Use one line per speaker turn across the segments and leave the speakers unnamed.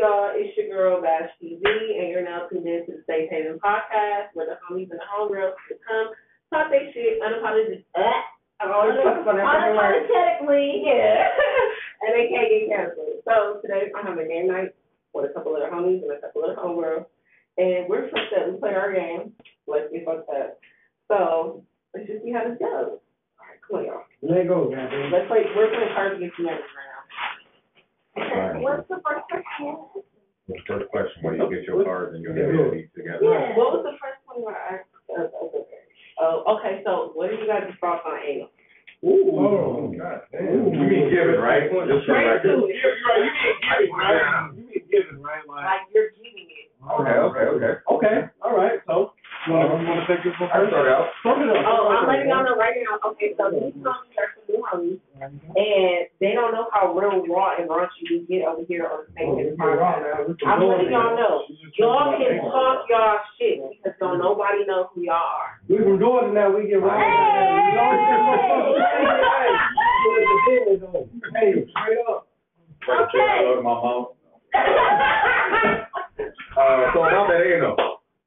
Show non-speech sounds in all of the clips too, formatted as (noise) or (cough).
y'all? It's your girl Bash TV, and you're now tuned in to the Safe Haven podcast, where the homies and the homegirls can come talk they shit uh, unapologetically. I always fuck up on that fucking word.
Unapologetically.
Yeah, (laughs) and they can't get canceled. So today I'm having a game night with a couple of the homies and a couple of the homegirls, and we're fucked up. We played our game. Let's get fucked up. So let's just see how this goes. All right, come on, y'all.
Let go, goddamn.
Let's play. We're playing cards against humanity right now.
Alright.
What's the first question?
The first question, where you get your cards and your
Yeah.
ability together.
Yeah.
What was the first one where I uh, okay. Oh, okay. So what do you guys thought on anal?
Ooh.
Oh, God damn.
Ooh.
You mean give it, right? Just for
Straight
record.
to
You
it.
right, you didn't give it, right? You didn't give it, right? Like,
Like you're giving it.
Okay, okay, okay.
Okay, all right, so, you wanna, you wanna take this one
I
first?
start out.
Fuck it up.
Oh, I'm letting y'all know right now. Okay, so these homies are some new homies, and they don't know how real raw and raunchy we get over here on the
Oh,
same
we can rock
podcast.
now, we can
I'm
roll
letting y'all
now.
know. Y'all can talk y'all shit because don't nobody know who
(laughs)
y'all are.
We from Jordan now, we get right.
Hey!
Hey!
(laughs)
Hey, straight up.
Right, check
Okay.
out of my mom. Uh, so about that anal,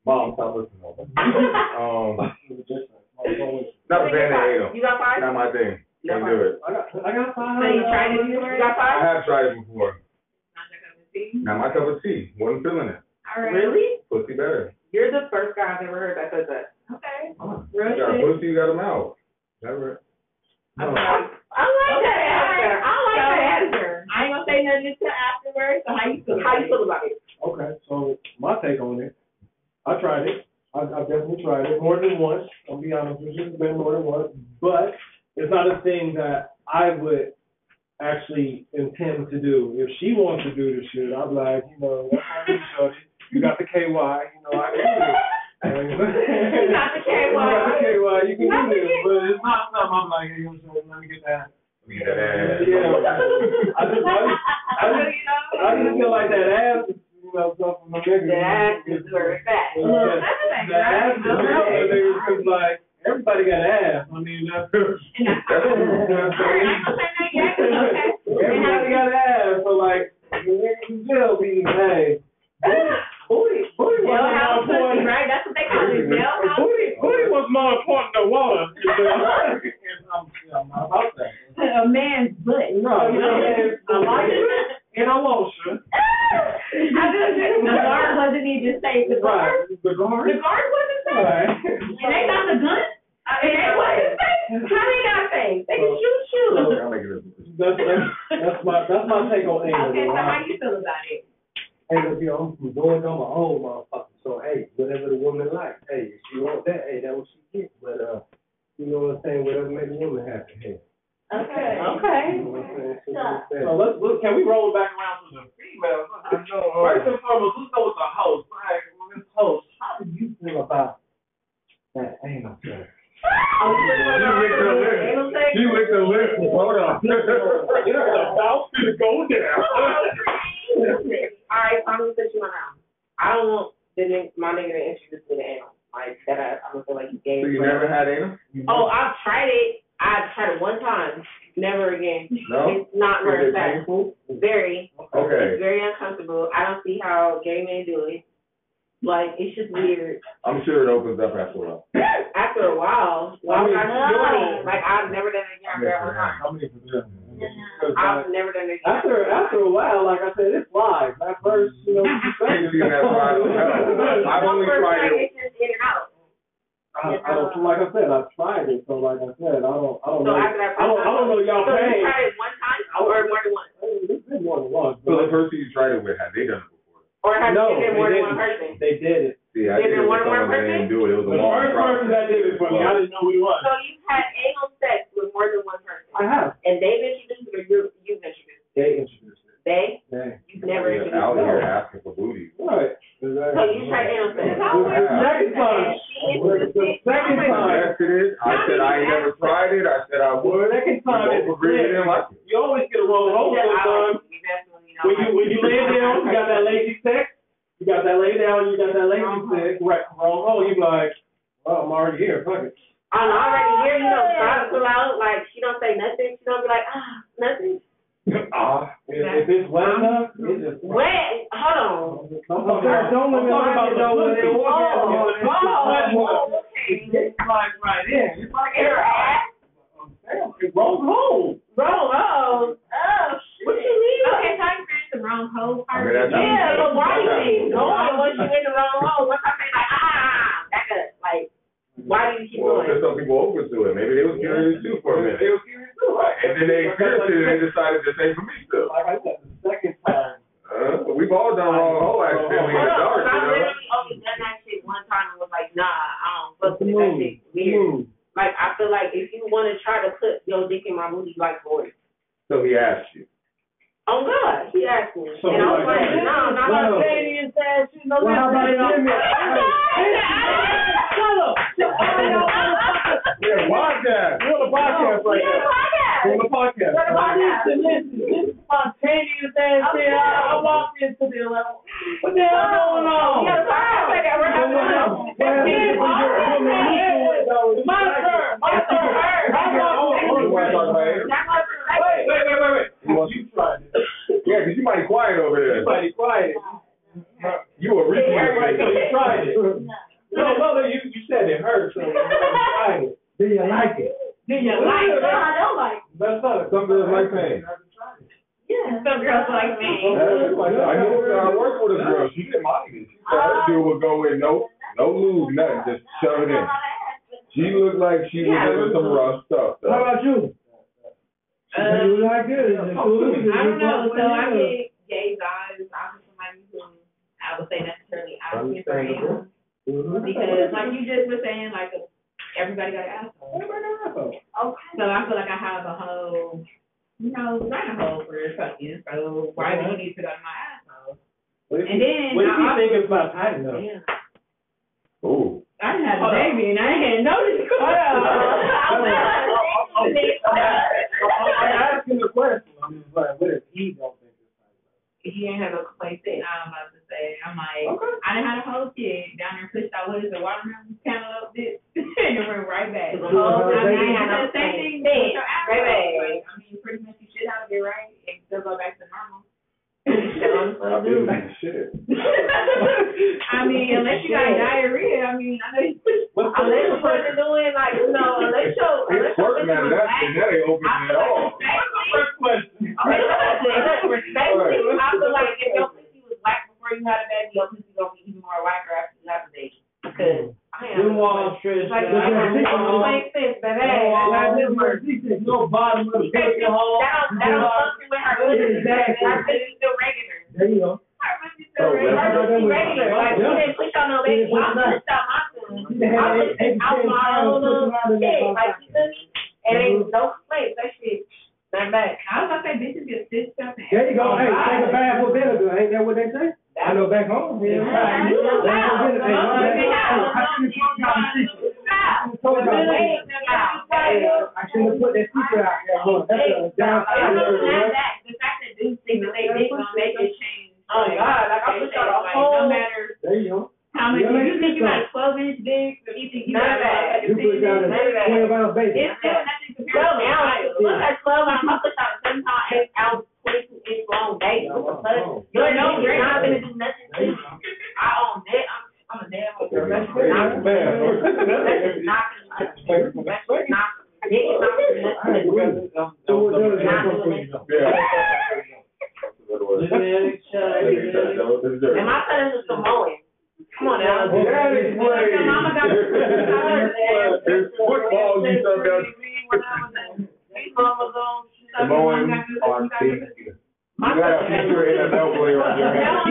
mom, stop listening. Um, not a fan of anal.
You got five?
Not my thing. Can't do it.
I got, I got five.
So you tried it before? You got
I
five?
have tried it before. Not my cup of tea. Wasn't feeling it.
Really?
Pussy better.
You're the first guy I've ever heard that says that.
Okay.
You got a pussy, you got a mouth. Never.
(laughs)
I
No.
like
Okay,
that.
okay.
I like
So-
that answer. I ain't gonna say nothing until afterwards. So how you feel?
How you feel (laughs) about it?
Okay, so my take on it, I tried it. I, I definitely tried it more than once. I'll be honest with you, it's been more than once. But it's not a thing that I would actually intend to do. If she wants to do this shit, I'm like, you know, that's how you shorty. You got the KY, you know,
(laughs)
I can do it. You
got the KY.
You got the KY, you can
Not the
do it. But it's not something I'm like, hey, yo, shorty, let me get that.
Yeah.
I just, I just, I just, I just feel like that ass, is, you know, something my nigga.
That is where it's at.
Yeah. The ass is
Okay.
because like everybody got ass. I mean, that's everybody got ass. So like the niggas in jail be hey, booty, booty was more important. Booty, booty was more important than water. (laughs) You know? And I'm, you know, I'm not about that.
A man's butt.
No, you know, and (laughs) I like it,
I
and I want you.
feel good. The guard wasn't even safe. The guard,
Right, the
the
guard.
guard wasn't safe.
Right.
And they got the gun. I mean, they wasn't safe. How (laughs) they not safe? They can shoot shoot.
I'll make it a-
That's, that's, that's my that's my take on anal.
Okay, so
right?
how you feel about it?
Hey, look, you know, I'm from Georgia, I'm an old oh, motherfucker. So, hey, whatever the woman like, hey, if she want that, hey, that's what she gets. But, uh, you know what I'm saying? Whatever make the woman happy. Hey,
Okay. Okay.
you know what I'm saying? Shit like that.
So let's, look, can we roll back around to the females? Let's go, uh, First and foremost, let's go with the host. Like, well, this host, how do you feel about
That ain't no thing.
She licked her lip. Hold on.
(laughs)
It's about to go down.
Alright, so I'm gonna sit you around. I don't want the nigga, my nigga to introduce me to anal. Like that I I don't feel like he
So
gave
you
me-
never had anal?
Oh, I've tried it. I've tried it one time. Never again.
No?
It's not where
Is
it's
it
at.
painful?
Very. It's
Okay.
very uncomfortable. I don't see how gay men do it. Like it's just weird.
I'm sure it opens up after a while.
After a while, why would I keep doing it? Like I've never done it again after that one time.
How many of them? Because, like,
I've never done it again.
After after a while, like I said, it's live. At first, you know, you say-
You see that live? I've only
First
tried
time,
it.
it's just in and out.
(laughs) I, I don't like I said, I tried it, so like I said, I don't I
So
don't know.
after that,
I don't I don't know y'all
So you
pain.
tried it one time or more than once?
Hey, It's been more than once.
So
but-
the person you tried it with, had they done it before?
Or have you
No,
been
they
more than one
didn't.
person?
They did it.
See, I
Is
did
it
it with
one more
someone that
person?
didn't do it. It was
The
a long
first person
process.
that did it for me, I didn't know who he was.
So you've had anal sex with more than one person,
I have.
and they've introduced it, or you, you've introduced it.
They introduced it.
They,
Dang.
you've never
Yeah,
introduced
out
it.
here asking for booty.
Right. Exactly.
So you tried anal sex.
It was the second time.
And she introduced
The
it.
second
I'm like,
time.
Suggested it. I said I ain't never tried it. I said I
Well,
would.
the second
We
time
both
it's lit.
agreed we didn't like it.
You always get a roll over
yeah, I
time.
like you. That's when you know I
When you when you lay down, you got that lazy sex. You got that lay down. You got that lazy
Uh-huh.
sex. Right. Roll over. You be like, well, I'm already here. Fuck it.
I'm already here, you know, trying to pull out, like, she don't say nothing. She don't be like, ah, nothing.
Ah,
Uh-huh.
If, if it's wet enough, it's just
Wet.
hold on.
I
I'm
don't
talking
even like
about
it
the
though when they
pussy.
walk out.
Oh,
It's
oh,
like,
oh, okay. It's like right there. It's like
Your ass.
Oh, damn, it rolls home.
Bro, oh, oh, shit.
What you mean?
Okay, so I experienced the wrong hole
I
first.
mean, that's-
yeah, but why do you keep
Yeah.
going once you in the wrong hole? Once I say like, ah, back up. Like, why do you keep
Well,
going?
there's some people open to it. Maybe they was curious too for a minute.
They was serious too, right?
And then they experienced it and they decided this ain't for me still.
Like I said, the second time.
Uh, we've all done wrong whole accidentally in
Hold
the
up,
dark,
I
you know?
literally only done that shit one time and was like, nah, I don't fuck with that
Move,
shit. Weird.
move.
Like, I feel like if you want to try to put your dick in my booty, like, boy.
So he asked you.
Oh God, he asked me,
So
and I was
like,
like, no, I'm not
well,
gonna say it and say she's no
well, how about
good.
you, man?
Yeah, why that?
We're on the podcast right now. We're on the podcast.
Listen,
This is spontaneous ass
shit. I- I
walked into the eleven. What the hell going on?
Yeah, so I said that we're having a
My
turn, my turn, her.
You wanna talk about it?
That's my
Wait, wait, wait, wait, wait. You tried it.
Yeah, 'cause you might quiet over there.
Everybody quiet.
You a real
Everybody know you tried it.
turn.
No, no, no, you, you said it hurt, so you tried it.
Do you like it?
Do you like it? I don't like it.
That's not a
Some girls like pain.
Yeah. Some girls like me.
I knew a girl I worked with a girl. She didn't mind it. She said her dude would go in, no, no lube, nothing, just shove it in. She looked like she was into some rough stuff.
How
Though.
about you?
Uh,
you like it? Is it cool? Is it
I don't know.
cool?
So I get gay vibes. I'm somebody who I would say necessarily out of
Understandable.
frame because, like you just were saying, like everybody got an asshole. Okay. So I feel like I have a whole, you know, not a whole for fucking. So why do you need to go to my asshole?
What if
And then
What if you
I
think it's not tight enough?
Yeah.
Ooh.
I didn't have a baby and (laughs) I ain't noticed. Hold on.
I'm asking the question. I'm just like, what if he don't think
He ain't have a place to I'm about to say. I'm like, I done had a whole kid down there pushed out what is it, watermelon cantaloupe bitch, (laughs) and it went right back.
Mhm.
Oh, I mean,
Baby.
I done the same thing with
Baby.
your apple. Like, I mean, pretty much you should have it right and still go back to normal.
I feel like shit.
I mean, unless you got diarrhea, I mean, I know you
What's the
Unless you wasn't doing like, you know, unless your, unless
It's
your
working
bitch
out of
was
that
black,
thing. That ain't open
I
at all.
First question.
Basically, I feel like if your pussy was whack before you had a baby, your pussy gonna be even more whacker after you have a baby. Because I am.
Them
It's
walls stretched
like, you
out. Them walls-
make sense, baby. That's how it works.
No bottom of the
That
fucking hole.
don't, that don't function with her pussy. Her pussy's still regular.
There you go.
Her pussy's still regular. Her pussy's regular. Like, you didn't push on no baby. I pushed out my son. I pushed out my own little shit. Like, you feel me? It ain't no complaints. That shit. Not bad. I was gonna say bitches get stitched up. and-
There you go. Hey, take a bath with vinegar. Ain't that what they say? I know back home. Yeah.
Yeah.
Hey, bath with vinegar. Hey,
Yeah.
my bad.
Yeah.
I should've told y'all the secret. I should've told y'all the secret. I should've put that secret out there. Look, that's a down-
Oh God, like I pushed out a whole.
There you go.
How much you think you got a twelve inch dick? You think you got a
You put down
fifteen?
a 12 ounce baby.
It's still nothing compared to now. Look at twelve, I'm gonna push out seven pound, eight ounce, twenty-two inch long bait. What the fuck? You're no great. I'm not gonna do nothing to you. I own that. I'm, I'm a damn old girl. That's not. That's
Man.
not. That's not. Dick is not.
All right, well, so what does that come from?
Yeah.
And my son is a Samoan. Come on now.
That is
Your mama got the first time.
It's football you stuff down.
These mamas on. she thought your mom
Samoans
got this,
are
you got
thick.
this.
You
My son
got a
got this.
future NFL player on your
That's
hands.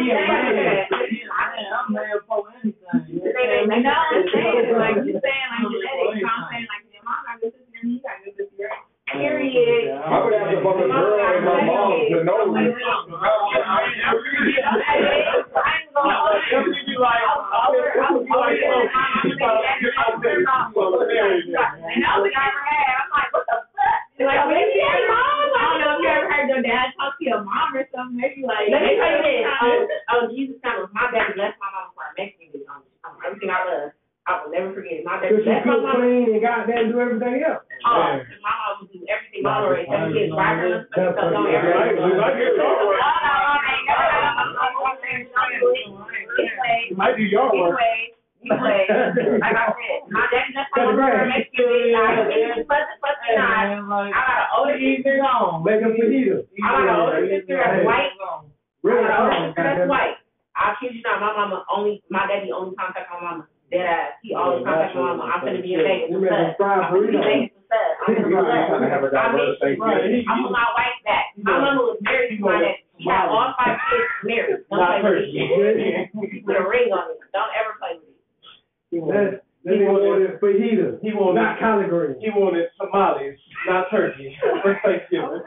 what I'm saying. They ain't like, no, I'm saying, like, you saying, like, genetics, I'm saying, like, your mom got this, and you got this, and you got this. Period.
I would have to fuck a girl and my mom to (laughs) know
I
this.
ain't- I ain't gonna hold you.
Let me tell you this. Oh, oh, Jesus kind of, my baby blessed my mama for a Mexican dude. Um, um, everything I love, I will never forget. My
Cause
baby
you
blessed my
cook
mama.
clean and goddamn do everything else.
Oh, my mama would do everything. My mama raised seven
Oh,
kids, five girls, but she don't know everything.
Right, 'cause I get it all right.
Oh,
I do y'all work.
Anyway, anyway, like I said, my daddy just called me for Mexican food. I was pleasant, pleasant night. I got an older sister.
Make them fajita.
I got an older sister that's white. I
Really?
got an older sister that's
goddamn.
white. I kid you not, my mama only, my daddy only contact my mama. Dead ass. He always contact my mama. I'm gonna be in Vegas.
You
with
made them
us.
fried
I'm gonna be in
burritos.
Vegas. with us.
(laughs)
I'm gonna be
You're
blessed.
trying to have a
I
diverse
mean,
Thanksgiving.
Right.
I put my wife back. My mama was married to my dad. She had all five kids married. Don't
Not
play with
first.
me. You put a ring on me. Don't ever play with me.
That's, that nigga wanted fajita,
He wanted-
not collard greens.
He wanted tamales, not (laughs) turkey, for Thanksgiving.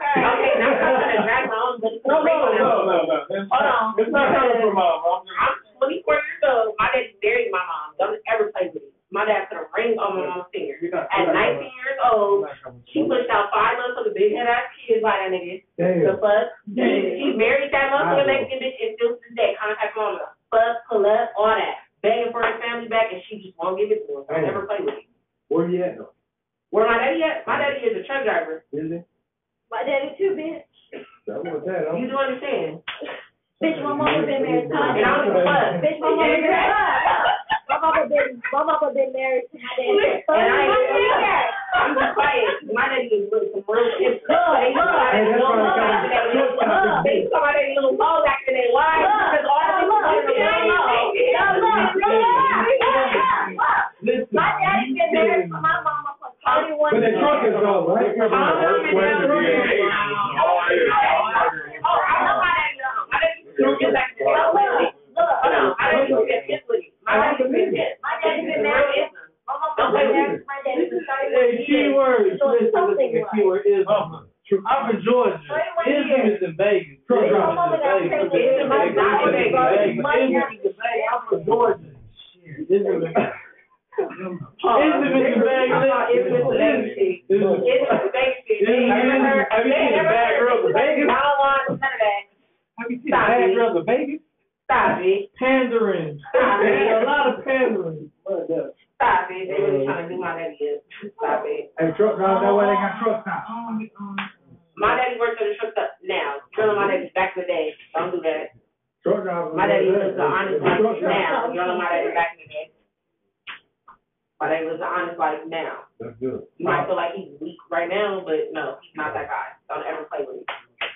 Okay, now I'm gonna drag my own little
No, no,
ring on.
no, no, no. It's not, it's not coming from my mom.
I'm 24 years old. My dad married my mom. Don't ever play with me. My dad put a ring on my mom's finger.
You're not-
At
you're not
19
coming-
years
you're
old,
not coming
she
from-
pushed out five months of the big head ass kids by that nigga. The
Damn.
fuck? She married that motherfucker Mexican bitch and still to this day contact mama. Fuck, pull up, all that. Begging for her family back and she just won't give it to her. I never play with it.
Where he at though?
Where my daddy at? My daddy is a truck driver.
Is it?
My daddy too, bitch.
That was that.
You do understand?
Bitch, my mama been married. to my
And I don't give a
daddy.
fuck.
Bitch, my mama been My mama been, my mama been married to my
And
daddy.
I ain't gonna lie. I'm just quiet. My daddy is with some real shit. They look like they don't look after that little hug. They saw that little hole back in their lives because all the people in the world know.
Y'all look, look, look, look, look.
Listen.
My daddy been married to my mama
But
for twenty-one
the
years.
truck is all right.
They come from the first place to the eighth. All this.
Oh, I know my daddy don't. My daddy don't get back to the
Look,
hood.
look, look.
Oh, no, I didn't even get this with it. My daddy didn't get this.
My
My daddy
daddy
been
been married.
married.
My mama been married to my daddy for thirty-one
Hey,
years.
keywords,
So it's
listen,
something
listen,
like-
keyword ism. I'm from Georgia.
Twenty-one
Ism
years.
is in Vegas.
Truck
My
drivers.
mama got
Vegas.
pregnant.
Ism
My mama
is in
got
Vegas.
pregnant.
Ism is in Vegas. I'm from Georgia. Ism is- Ism is in Vegas.
It's with the baby shit.
Ism-
It's with the baby shit. They ain't never heard.
Have you
they
seen
ain't
the
never
bad
heard
girls
of
in
this.
Vegas?
I don't want none of that.
Have you seen
Stop
the
it.
bad girls in Vegas?
Stop it.
Pandering.
Stop
There's a
it.
lot of pandering. What the-
Stop it. They really trying to do my daddy in. Stop it.
Hey, truck drivers, that way they got truck stops.
Oh. My daddy works at a truck stop now. Telling my daddy back in the day. Don't do that.
Truck drivers.
My daddy lives an honest life
Truck drivers.
now. Y'all know my daddy back in the day. My daddy lives an honest life now.
That's good.
You might feel like he's weak right now, but no, he's not that guy. Don't ever play with him.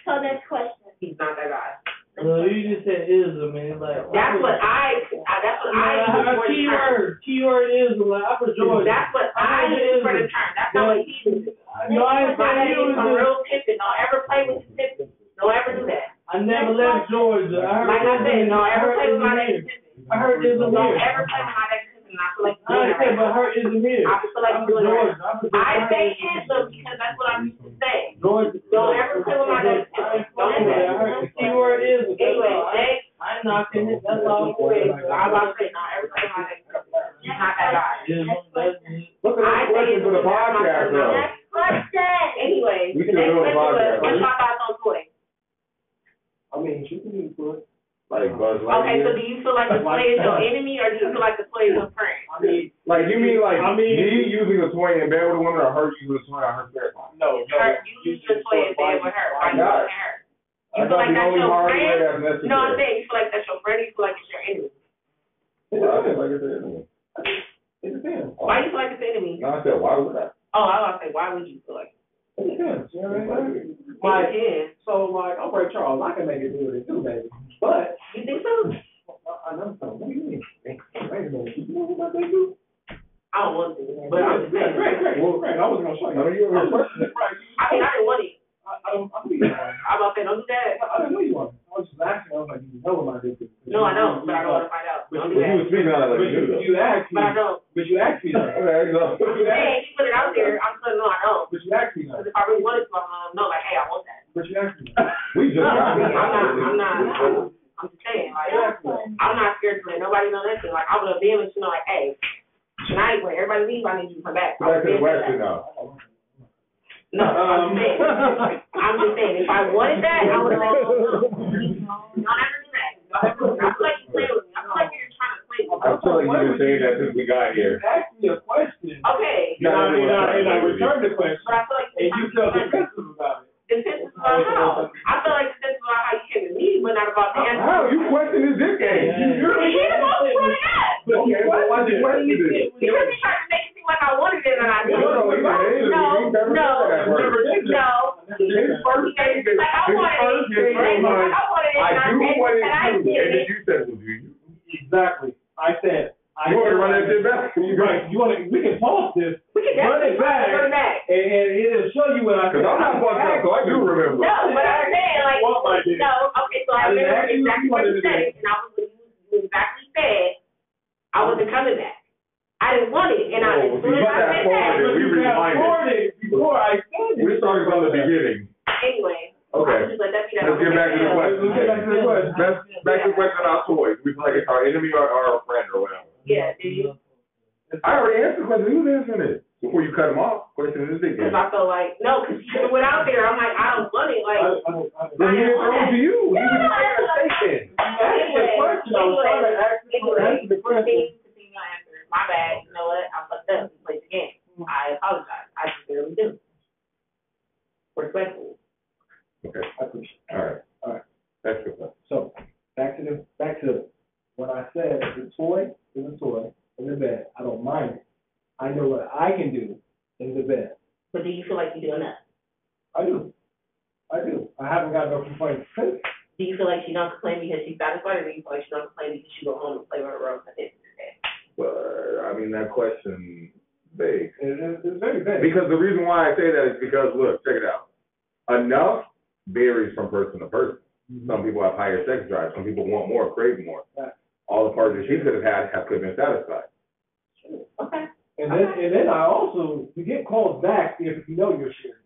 So next question.
He's not that guy.
Well, you just said ism, man. Like
That's what I, I- that's what I use
Uh,
for the term.
keyword, keyword ism. Like I'm from Georgia.
That's what I use for the term. That's not what he uses.
No,
My
I
daddy is a
never,
real pimpin'. Don't ever play with his pimpin'. Don't ever do that.
I never left Georgia. I heard
Like I said, don't ever play with my daddy's
name.
pimpin'.
I heard this over
Don't
here.
ever play with my daddy's pimpin'. And I feel like
I
you're doing it right
understand,
now.
but her isn't here.
I feel like
I'm
you're doing it right
from
now.
Georgia. I'm from
I
Georgia.
say handsome because that's what I'm used to saying.
Georgia.
Don't ever play with my daddy's
I
pimpin'.
ain't
Don't do that.
fucking with it. I heard the keyword ism. That's
Anyway,
all. I-
next,
I'm knocking it. That's all.
I'm about to say, don't ever play with my daddy's pimpin'. He's not that guy.
Ism, that's it.
Look at
I
this question
think
for the podcast, though.
Next question.
Anyway, the
We can
next
do a
question was,
podcast.
what's my thoughts on toys?
I mean, she can do good.
Like
Okay,
Buzz
so do
Lightyear.
you feel like the toy is your enemy or do you feel like the toy is your friend?
I mean,
Like you mean like
I mean-
me using a toy in bed with a woman or her using a toy on her parent?
no,
It's her, you use your toy as bad with her. Why you
Why not?
with her? You
I
feel
thought
like
the
that's
only
your
hardware
friend?
that's necessary.
No, I'm saying you feel like that's your friend. You feel like it's your enemy.
Well, I feel like it's an enemy.
It depends.
Why you feel like it's enemy?
No, I said why would I?
Oh, I was gonna say, why would you feel like?
It depends. You know what I mean?
Why
Like,
can?
so like, I'm Ray Charles. I can make it do it too, baby. But
You think so?
I I know something. What do you mean? Wait a minute. You know what they do?
I don't want to, but I'm just
Right,
saying.
right, right. Well, right. I was gonna show you.
I know you
I'm
were
just- right.
I mean, I didn't want it.
I, I don't. I believe you. I
I'm about to say, don't do that.
I didn't know you wanted. I was just asking. I was like, you know what I did?
No, I don't, but I don't want to find out. Don't
Mm-hmm. But
do
you were
that.
speaking on it
But
like you do
you,
though.
you asked me.
But I don't.
But you asked me that.
Okay, so.
I'm just saying, you put it out there, I'm saying, no, I don't.
But you asked me that.
Because if I really wanted to, I'm gonna know, like, hey, I want that.
But you asked me that.
We just
No,
got
I'm
here.
not, I'm not. I'm just saying, like. I'm not scared to let nobody know nothing. Like I would have been with you know, like, hey, tonight when everybody leave, I need you to come back. I
Back to the
would've been
question
with that.
now.
No, I'm
Um,
just saying.
(laughs)
I'm just saying, if I wanted that, I would have let you know. Don't ever do that. Don't
(laughs)
ever do that. I feel like you play with me. I feel like you're trying to play with me.
I feel like you've been saying that since we got here.
(laughs) You asked me a question.
Okay,
And I, and I, and I returned the question.
but I feel like
And you
you're
felt
trying to play with me.
defensive about it.
This is about how. I feel like this is about how you came to me, but not about me.
How Oh, you question his dick game? You- You're
He the one who put it up.
okay. Well, why you question it?
Because he tried to make it seem like I wanted it and I
No,
didn't.
no, he's an angel. He never
No,
said that word.
No.
His first statement,
Like, I
his
wanted
first
it. Like,
statement,
I wanted it
I
and I
do
didn't,
what it
and I
do, and then
did.
you said, well, do you?
Exactly. I said. I
You want to
said-
run that shit back? You right.
Right. You want to? We can pause this
We could definitely
Run it back.
run it back.
and, and it'll show you what I
Cause
said.
I'm not fucked up, so I do remember.
No, but I'm saying like,
What my dick?
no, okay, so I
I didn't
remember
ask you if
exactly
you
what
wanted
you
to do
said, and I was exactly said, I wasn't coming back. I didn't want it, and I, as
Oh,
soon as
you
I
got
said
that forward.
that,
We rewind it.
recorded before I said it.
We started from the beginning.
anyway, I
Okay.
was just like, that's
Let's get back to the question.
Let's get back to the question.
Let's back to the question about toys. We like it's our enemy or our friend or whatever.
Yeah, do you?
I already answered the question. Who's answering it? Before you cut him off, question is this
Because
again.
I felt like, no, because you went out there, I'm like, I don't want it,
I, I,
like,
I, I,
Then he didn't throw it to you. He was just making a statement.
asked the question. I was trying to ask you to answer the question.
continue, continue to answer. My bad, you know what, I fucked up, we played the game.
Mm-hmm.
I apologize, I sincerely do. Respectful.
Okay,
I appreciate it.
all right, all right.
Alright.
That's good. stuff.
So back to the back to what I said. The toy is a toy in the bed. I don't mind it. I know what I can do in the bed.
But do you feel like you do enough?
I do. I do. I haven't got no complaints since.
Do you feel like she don't complain because she's satisfied, or do you feel like she don't complain because she go home and play with her rose at the end of the day?
But, I mean, that question, vague.
It- it- it's very bad.
Because the reason why I say that is because, look, check it out. Enough varies from person to person.
Mm-hmm.
Some people have higher sex drive. Some people want more, crave more.
Right.
All the partners she could have had have could have been satisfied.
Okay.
And then and then I also you get called back if you know your shit.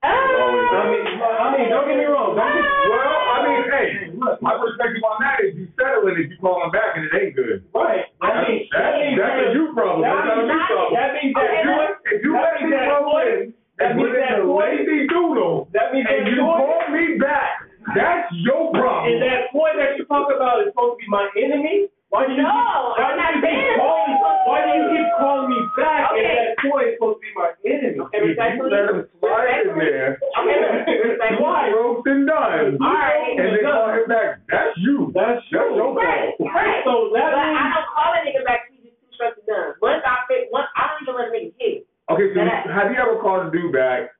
I mean, I mean, don't get me wrong. Don't get
Well, I mean, hey, look, my perspective on that is you settling if you call them back and it ain't good.
right. I mean,
That-
means
that's a you problem.
that
That's not a me
means-
problem.
that means that
If you
toy-
let- if you let
that
me
means that
go
toy-
in
that
and put
means
in
that
a
toy-
lazy doodle
that means
and
that
you
toy
call me back, that's your
And
problem.
that boy that you talk about is supposed to be my enemy? Why do you
No,
keep, why
I'm
do
not
you keep
saying
calling
that.
why do you keep calling me back
Okay.
and that boy is supposed to be my enemy?
Okay,
You let
respectfully.
him slide in there.
(laughs)
Okay, respectfully.
Why?
Roped and done.
All
right.
And then call him back. That's you.
That's
That's your
true.
problem.
Right, right.
So that
But I
means
don't call a nigga back because he's too stressed and done. Once I fit, once I don't even let a nigga hit.
Okay, so
That-
have you ever called a dude back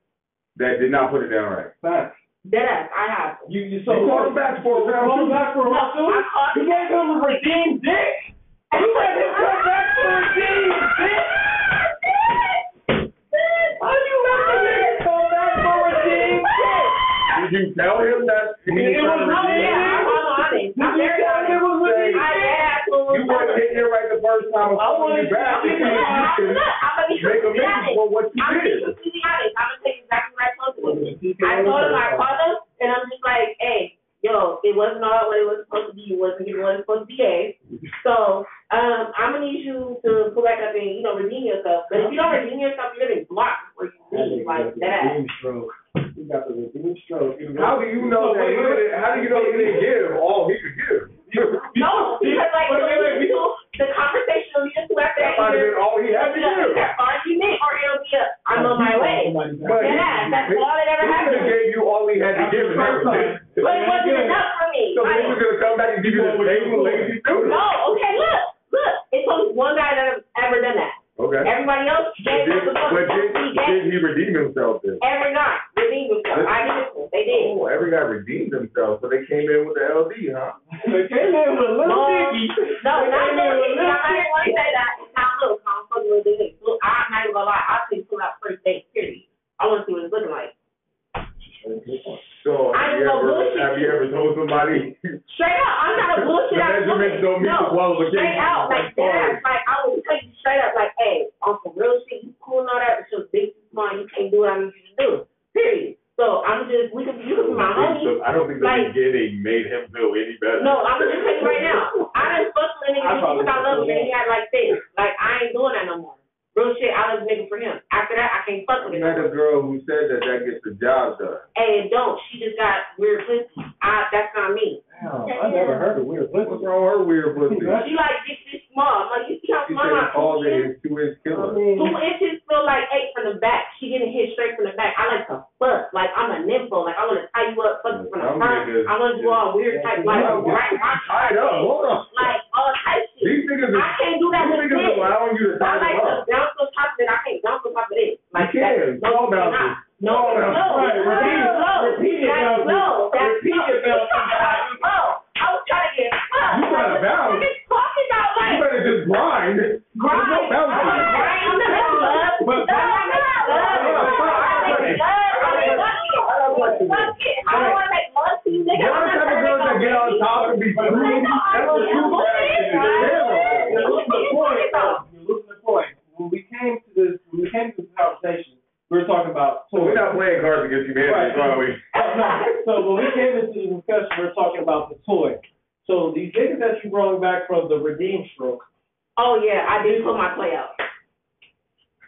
that did not put it down right?
back.
Dead ass, I have.
(laughs)
to.
You you
So
so
you called him back for a round
Call him
two.
back for a
No,
round two?
I called
You
him.
gave him a redeemed dick? You let him come back for a redeemed dick? How you let the nigga come back for a redeemed dick?
Did you tell him that? he
It
was
was
Oh,
trying
yeah,
to redeem?
I'm all honest.
Did
I'm
you
very
tell him it
honest.
was redeemed?
I dead ass will.
You wasn't hitting it right the first time.
I
I'm calling
wanted
you back.
to-
You can
Look, I'm gonna be
make a
completely
message
honest.
for what you
I'm gonna be
did.
completely honest. I'm gonna tell you exactly what I told you. I told him, I called him, and I'm just like, hey, yo, it wasn't all what it was supposed to be. It wasn't giving what it was supposed to be. eh? So, um, I'm gonna need you to pull back up and, you know, redeem yourself. But if you don't redeem yourself, you're gonna be blocked or you leave like that.
Redeemed stroke. You got the redeemed stroke.
How do you know that? he didn't- How do you know he didn't give all he could (laughs) give?
No, because like,
Wait, wait, wait.
the the conversation will lead us to after
That might
that.
have been all he had to give.
Either argument or it'll be a, I'm on my way.
But
Dead ass, that's all that ever
he could have
happened.
gave you all he had to give, and that was it.
But it wasn't enough for me.
So he
Like,
was gonna come back and give you the same lazy dude.
No, okay, look, look. It's only one guy that have ever done that.
Okay.
Everybody else
But
gave
did,
up the fuck.
but did,
He
did
gave
he redeem himself then?
every night. Redeemed himself. I give it to him. They did.
Oh, every guy redeemed themselves, so they came in with the LD, huh?
They came in with a little dicky.
No,
They
not
came in
little
with a
niggas.
little
I didn't want to say that. It's not little. I don't fucking little niggas. Look, I'm not even gonna lie. I think pull out first date, period. I want to see what it's looking like.
So
I
have you
know
ever,
bullshit.
have you ever told somebody
Straight up, I'm not a
the
bullshit ass
measurements don't
woman. No.
meet the
Straight
qualifications?
out, like
I'm sorry.
that. Like I will tell you straight up, like, hey, on some real shit, you cool and all that, but your big smart, you can't do what I need you to do. Period. So I'm just, we could, you could be my homie.
So I don't think the
Like-
beginning made him feel any better.
No, I'm gonna tell you right
(laughs)
now. I done fucked with a nigga
I probably
because I love him
would've
and he had like this. Like I ain't doing that no more. Real shit, I was nigga for him. After that, I can't fuck
I
with
met
him.
a girl who said that that gets the job done.
Hey, don't. She just got weird pussy. I, that's not me.
Wow, I never heard of weird
What's
pussy.
wrong with her weird pussy?
She like this, this small. I'm like, you see how
She
small
said
my
it's all
pussy is?
that is two inch
I
Two
killer.
mean,
inches feel like eight from the back. She getting hit straight from the back. I like to fuck. Like I'm a nympho. Like I wanna tie you up, fuck you from the
Some
front.
niggas
I wanna do all weird
Yeah,
type like, like, right, right,
Tied up. Hold on.
like, all type shit.
These niggas
I
are,
can't do
these
that with
niggas are
this.
allowing you
I
to tie
like
them
to
up.
bounce on top of it. I can't bounce on top of this.
You
Like, that's-
can.
No,
Call bouncers.
no, no.
Right, repeat it.
No,
Repeat it,
that's
Malcolm.
low. That's
Repeat
low.
it, Malcolm.
You talking about low. I was trying to get fucked.
You gotta
Like, what the
bounce.
fuck is talking about,
You
like,
better just grind. There's
grind.
no bouncing.
Grind.
(laughs)
I'm not in love.
But-
No, I'm not in love. I'm in love. I'm in love. Fuck it. I don't wanna make love to you, nigga.
Y'all
I'm
the
not
type of
trying to
girls that
make
get
love to
on
you.
top and be rude. That's what true passion is. Yeah.
Now, listen to the point.
About.
Now, Listen to the point. When we came to this, when we came to this conversation, we were talking about
So we're
toys.
not playing cards against humanity,
Right.
are we?
So when we came into the discussion, we were talking about the toy. So these niggas that you brought back from the redeem stroke.
Oh yeah, I did put my play out.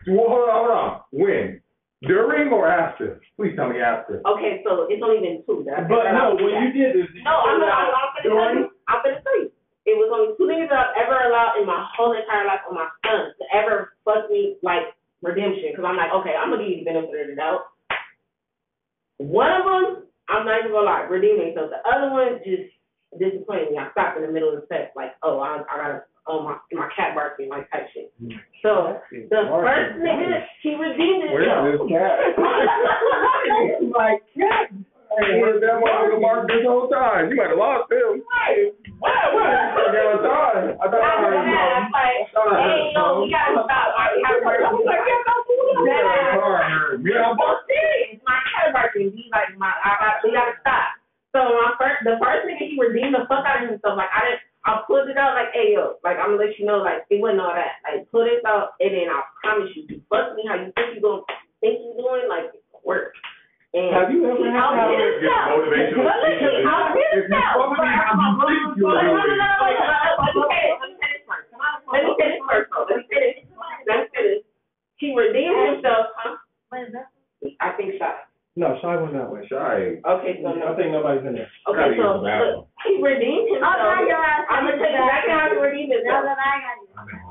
Well, hold on, hold on. When? During or after? Please tell me after.
Okay, so it's only been two. That I
But
that I
no,
put
when
out.
you did this,
No, I'm not. I'm, I'm finna tell you. I'm finna tell you. It was only two niggas that I've ever allowed in my whole entire life on my son to ever fuck me like redemption. Cause I'm like, okay, I'm gonna give you the benefit of the doubt. One of them, I'm not even gonna lie, redeeming. So the other one just disappointed me. I stopped in the middle of the sex, like, oh, I, I gotta, oh my, my cat barking, like type shit.
Mm.
So the first nigga, he redeemed
Where's
himself.
this cat?
like, yeah,
Where's that motherfucker Mark this whole time? You might have lost him. That was time. I thought I heard him. I thought I heard
Hey, yo, we
him.
gotta stop. My cat barking. Like, yeah, no, who the
Yeah, I
hell?
thought I heard him.
I'm so serious. My cat barking. He's like, my, I got, we gotta stop. So my first, the first nigga, he redeemed the fuck out of himself. Like I didn't, I pulled it out. Like, hey yo, like I'm gonna let you know, like it wasn't all that. Like pull this out, and then I promise you, you fuck me how you think you gonna think you doing, like work. And
Have you ever
he
had
outdid
that-
himself.
Motivational
But listen, he
speaker.
outdid
If you
himself.
fuck with me, how you think you
But no, no, no,
were doing.
no, no, no, no, okay, let me finish first. Let me finish first, though. Let me finish. Let me finish. He redeemed himself, huh? I think so.
No, Shy went that way.
Shy.
Okay, so
I
no.
think nobody's in there.
Okay, so look, he redeemed
Oh,
himself. I'm gonna tell you exactly how he redeemed himself.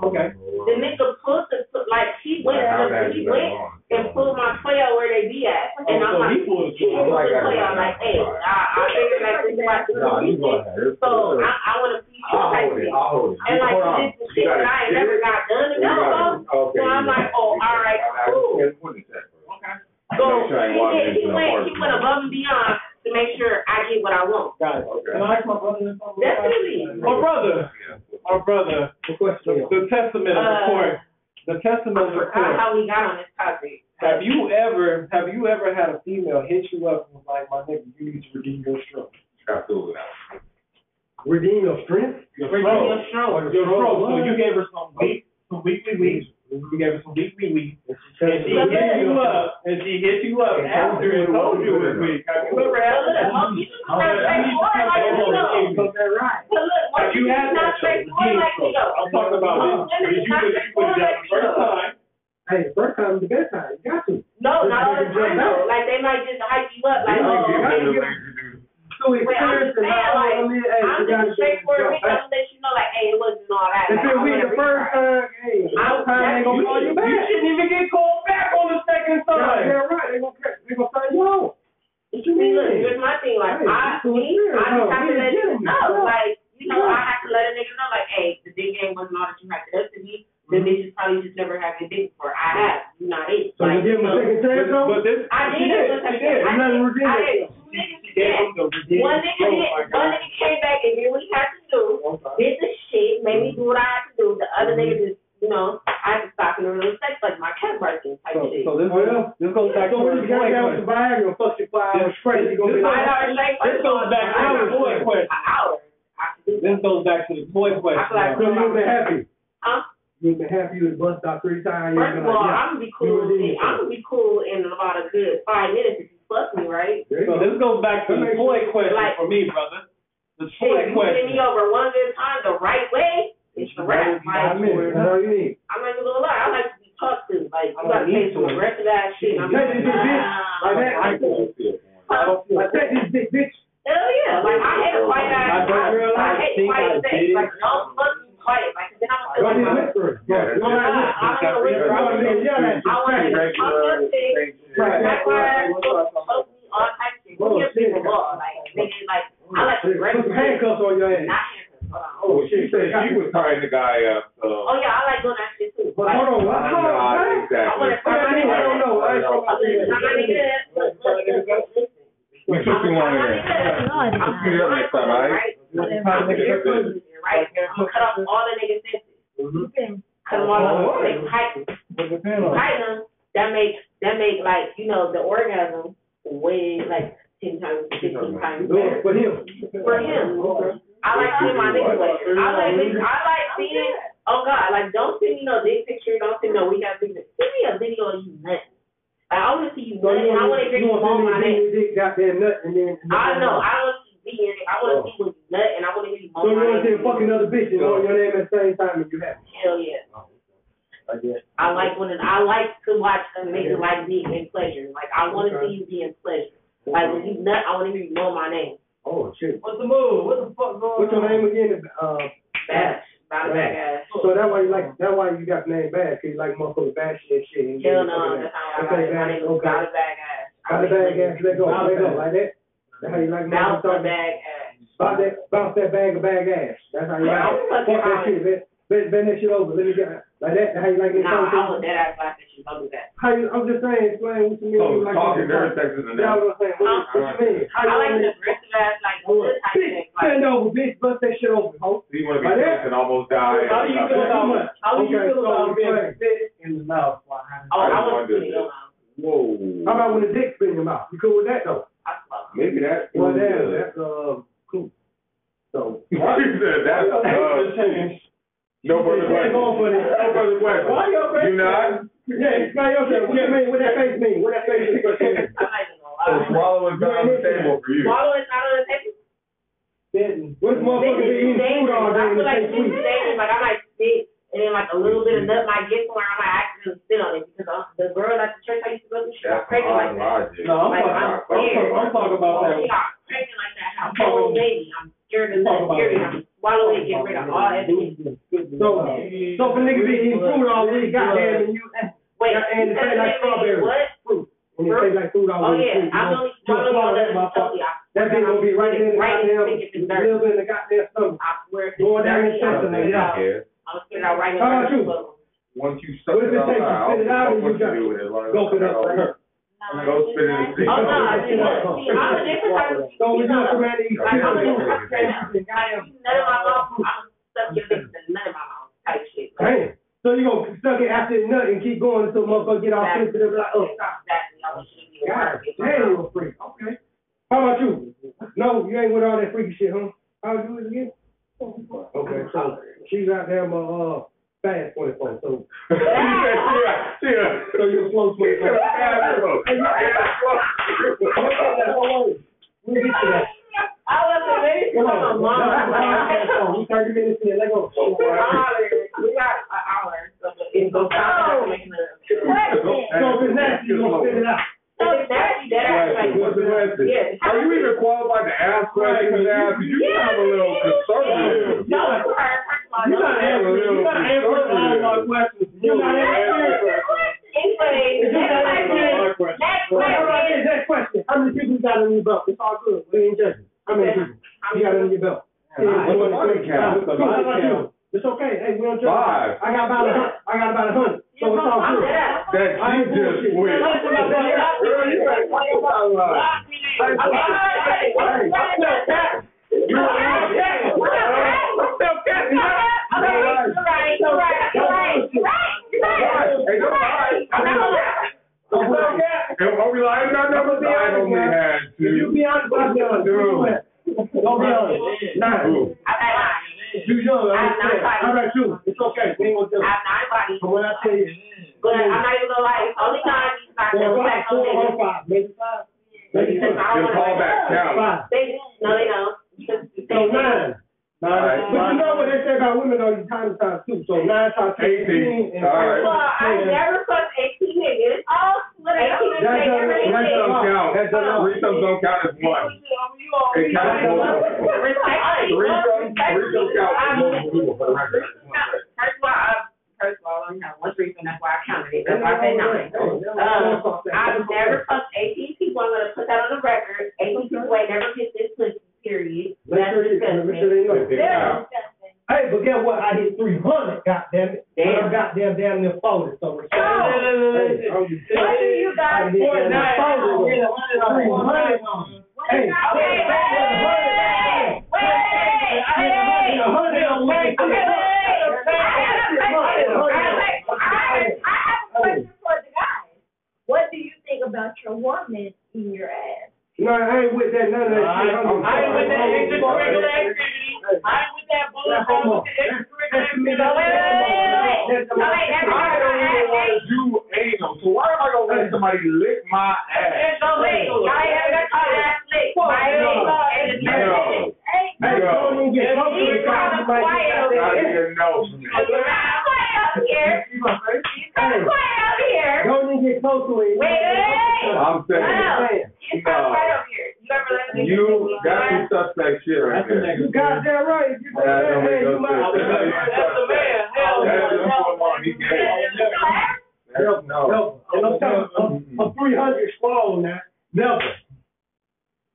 Okay.
The nigga pulled the like he went he went and pulled my toy out where they be at, and I'm
so
like,
he pulled
he pulled the toy out like, hey, I, I figured like this is like this
Nah, you
is
go
what
ahead.
So I, I wanna see you
I'll
like
hold it.
this,
I'll hold it.
and like
Hold on.
this is shit that I ain't never got done.
You
No,
got it. Okay.
So I'm like, oh, all right, cool. So he did, he went, he went above and beyond to make sure I get what I want.
Guys, can I ask my brother this? one more time?
Definitely.
My brother, my brother, the, the testament of the
Uh,
court,
I
the testament of the
forgot
court.
how we got on this topic.
Have you ever, have you ever had a female hit you up and was like, my nigga, you need to redeem your stroke?
Absolutely not.
Redeem your strength.
Your
Redeem
stroke.
your stroke.
Your stroke. So you gave her some week, some weekly weeks. You gave her some weekly weeks. And she hit you up, and she hit you up after and told you it was weak. Have you ever
But
had
look,
that?
monkey, this is not straightforward like you know. But look,
Have
monkey, this is not straightforward like you know.
you had that? I'm talking about this. You would, you would that first time.
Hey, first time is the best time. You got to.
No, not all the time. though. Like they might just hype you up like, oh, okay, you
So
Wait, I'm
experience
just
it.
saying, like,
I mean, hey,
I'm
you gotta
just straightforward.
show
I'm gonna let you know like, hey, it wasn't all that. Like,
If it
I'm
we
gonna
the
retry.
first time,
I-
hey, first time they gonna
you-
call you back.
You shouldn't even get called back on the second
Y'all
time.
damn right, they gonna catch, they gonna find you out.
See, look, here's my thing. Like,
Hey,
I,
so it's
me,
fair,
I just
no,
have to
we
let you
legitimate,
know.
no.
Like, you know,
Yeah.
I have to let a nigga know, like, hey, the dick game wasn't all that you hyped it up to be. The
Mm-hmm.
bitch is probably just never had been dick before. I have. You're not it.
So you
Like,
give him a second
But,
chance though?
but this,
I
she
did.
did.
it was
She
like-
did.
I
Nothing
did. I
ridiculous.
did. Two niggas did.
She gave him the redeeming
One nigga did.
stroke, Oh my God.
One nigga came back and did what he had to do. Did the shit, made me do what I had to do. The other
Mm-hmm.
nigga just, you know, I had to stop in the middle of sex, like my cat barking type
So,
shit.
so this,
Well,
this goes back to
So
her
when you got down with
point.
the Viagra, it'll fuck you five hours straight, you gonna be
This-
Five
like,
hours straight.
This goes back to the
An
toy question.
hour. I could do that.
This goes back to the toy question.
I feel
so
like-
now.
you been happy.
Huh?
You been happy, you was bust out three times, you
First of
been
all,
like,
I'm gonna be cool.
You did.
I'm gonna be cool in about a good five minutes if you fuck me, right?
yeah.
So this goes back to the toy question for me, brother. The
Shit, you hit me
toy question.
over one good time the right way, it's a wrap. Like,
Five minutes, that's all you need.
I'm not even gonna lie, I like to be talked to. Like, you
I
gotta
like
say
me
some
too.
aggressive ass shit. and I'm
That is
like,
a bitch.
ah.
Like that, like that. Like that, this big bitch.
Hell yeah. Like, I hate a white guy.
I don't
I, I
realize
hate
things
white
I
sex.
did.
Like, don't fuck me twice. Like, then I'm
Go ahead,
gonna feel like,
whisper.
Yeah, that's
Go
it.
ahead, whisper.
I'm gonna
That's
whisper.
all I'm gonna yell at you.
I want you to talk your shit.
Right.
That's why I told me all types of shit. Give people law. Like, nigga, like, I like to
Put some
break.
your ass.
Not handsome. Hold on.
Oh, she said she was tying the guy up, so.
Oh yeah, I like doing that shit too.
But hold on, what? Hold on,
Nah,
what?
exactly.
I don't know. I ain't from out
I'm
there.
not even good.
We took too long in there.
No, I did
Let's
not.
do that next time, all right?
Time to get
Right, right. I'm gonna cut off all the niggas' senses.
You can-
Cut them all off. They tighten,
Put the pen on.
tighten. That makes that make like you know the orgasm way like ten times, fifteen times
Do
better.
it for him.
For him.
Okay.
I like seeing my niggas wet. I like I like seeing. Oh God, like don't send me no dick picture. Don't send no we got pictures. Send me a video of you nutting. Like I want to see you
So you
nutting. I
want
want to
to,
hear
you
you
want
moan
to
my
send
name.
me this goddamn nut and then.
I know. I want to see me in it. I want to
Oh.
see when you nut, and I want to hear you
So
moan
you
my
want to
name.
send fucking other bitches on your name at the same time if you have.
Hell yeah.
I guess.
I like when it, I like to watch a nigga like me in pleasure. Like I want to see you be in pleasure. Like when you nut, I want to hear you moan my name.
Oh shit.
What's the move? What the fuck going
What's
on?
your name again? Uh,
Bash, not a back ass.
so that why you like that why you got the name Bash because you like motherfuckers bashing and shit. and
Hell
getting
no,
fucking
that's
ass.
not how I like it. My
Okay,
nigga
okay.
got a back ass.
Got a bag ass, let go, let go, like that. That's how you like
Bounce a
motherfuckers.
bag ass.
Bounce that, bounce that bag of bag ass. That's how you
Yeah,
like
I'm
it. Fuck
fucking out.
that shit. Bend, bend, bend that shit over. Let me get like that. That's how you like it.
Nah, I was dead ass laughing at you. Don't do that.
How you? I'm just saying. Explain what you mean.
So
you like
Oh, talking
that.
nerd sex is
That's
an
what I'm
app.
saying. What, what you mean?
I
How you
like
want
the
it?
aggressive ass, like
Bitch,
this type of thing. Like,
Bend over, bitch. Bust that shit over. hoe.
So you want to
Like
be
that?
sex and almost die.
How do you feel about how do you
Okay,
feel
so
about being
explain.
bit in the mouth? while having-
oh, I
I
want
wonder
to see
this.
you.
Whoa.
How about when the dick's in your mouth? You cool with that though?
I fuck.
Maybe that's.
Well, damn, that's uh, cool. So.
(laughs) He said that's,
That's
uh, no further
Keep going for
questions.
this.
No further
Why
questions.
your face?
You not?
Yeah, explain yourself. What that mean? What that face mean? What that face
I'm
mean?
not even gonna
So
lie.
swallowing down on the table for you.
Swallow is not on the table.
Then, What's
This
motherfucker
is
be eating food
dangerous.
all day
I
and
feel like
taste
this is
sweet?
dangerous. Like I might sit and then like a little bit of nut might get somewhere. I might accidentally sit on it because I'm, the girl at the church I used to go to, she
That's
got pregnant like that.
odd logic.
No, I'm
Like,
talking,
I'm
I'm talking, I'm talking about
She
that.
got pregnant like that. I'm whole baby. I'm scared of that.
Talk about
Scared
it.
of that. Swallow it. Get rid of all evidence.
So, so if a nigga be eating food all week, goddamn, and you,
Wait,
Yeah, and it tastes like strawberry.
what?
and it tastes like food all
Oh
week.
yeah, I'm
too, you know?
only I'm
You swallow
only
that motherfucker. That bitch gonna be right in the
Right in the
goddamn,
stinking dessert.
little bit in the goddamn stomach.
I swear.
Going down your
I don't
chest and
think
yeah.
I care.
I'm scared out right
How about you?
now.
Once you suck
What if
it
it
out
takes you
loud,
spit it out and
what
you
you
got-
do with it? Like,
Go for that.
oh,
Like,
(laughs) Go spit in the
Oh
sink.
no,
(laughs)
see, look, see, I'm a different type of.
So we
you know,
just around and eat
Like, I'm a
food.
different type of person. Like, if you nut in my mouth, I'm stuck your dick in nut in my mouth type shit. Like,
Damn. So you gonna suck it after the nut and keep going until motherfucker get all sensitive like, oh,
Exactly. I want you to be a
God
perfect.
damn, you a freak. Okay. How about you? No, you ain't with all that freaky shit, huh? How you do it again? Okay, so she's out there, my uh, fast twenty four.
(laughs)
So, (laughs)
(laughs) He said, "Yeah, yeah."
so you're a slow
He
twenty
said,
four.
"I'm slow. I'm slow."
We'll get to that.
I was a baby.
Come
Come
on,
on,
that's what
mom.
podcast on. We thirty minutes in. Let go.
Two hours. We got an hour. So it's gonna stop making a-
(laughs) So if it's nasty, you gonna spit it out.
So that's that. Like,
What's the question?
yeah.
Are you even qualified to ask questions? Ask you sound a little conservative.
No, first of all, no.
You're not answering. You're not answering all my questions. You're not answering.
Anyway, next question. Next
Next question.
question.
Next question. How many people you got on your belt? It's all good. We ain't judging. How many people you got on your belt?
What's the body count?
Cool, how about you? It's okay. Hey, we don't judge.
Five.
I got about a hundred. I got about a hundred. So it's all
I'm
good.
dead.
That you just went. Girl, you ain't talking about lies. And are we lying about numbers? I only had
If you
two.
be honest, I'm young.
Dude.
Don't be honest. Nine.
Ooh.
You young. I'm
I'm not
saying.
fighting.
How about you? It's okay. We ain't gonna judge. But when I tell you,
But I'm not even gonna lie, it's only time he's not
four,
going
five,
back
four,
on
or
niggas.
five, maybe five. Maybe
Your
six.
callback count.
Five.
They, no, they don't. Because they-
So nine.
Alright.
But you know what they say about women though, you time to time too. So nine times eighteen
Eighteen.
and
Alright.
Well, I never fucked 18 niggas.
That's a- that's a-
Don't count.
That's a-
Threesomes don't count as one. It counts multiple. Threesomes, threesomes count as multiple people for the record.
First of all, I, first of all, I only have one threesome. That's why I counted it. That's why I said nine. Um, I've never fucked 18 people. I'm gonna put that on the record. 18 people ain't never hit this pussy. Period.
Make
That's
sure you, make
disgusting.
sure they know.
dick out.
Hey, but guess what? I hit three hundred, goddamn it. And I'm goddamn damn near folded, so we're
Oh.
Hey,
oh,
I'm-
What do you
I
guys
did
think?
that. I folded with three hundred. Hey, I was back with a hundred. I had a hundred, a hundred on the way.
What do you think about your woman in your ass?
No, I ain't with that, none of that
I
shit. I'm-
ain't with that extracurricular
activity. I ain't with that
Now, come on.
I don't even wanna do anal, so why am I gonna let somebody lick my ass? No,
Hey, don't even get comfortable
He's
because
kinda
you might
quiet
get
over
that
I
itch.
didn't know.
Don't even get close to it.
I'm saying, you, that's some suspect shit right
That's a
there.
nigga.
You goddamn right. You
That don't make no
you might-
sense.
That's a man. Hell
That is
no.
what I'm, he gay. That's no.
No, and I'm talking a, a three hundred swallow now. Never.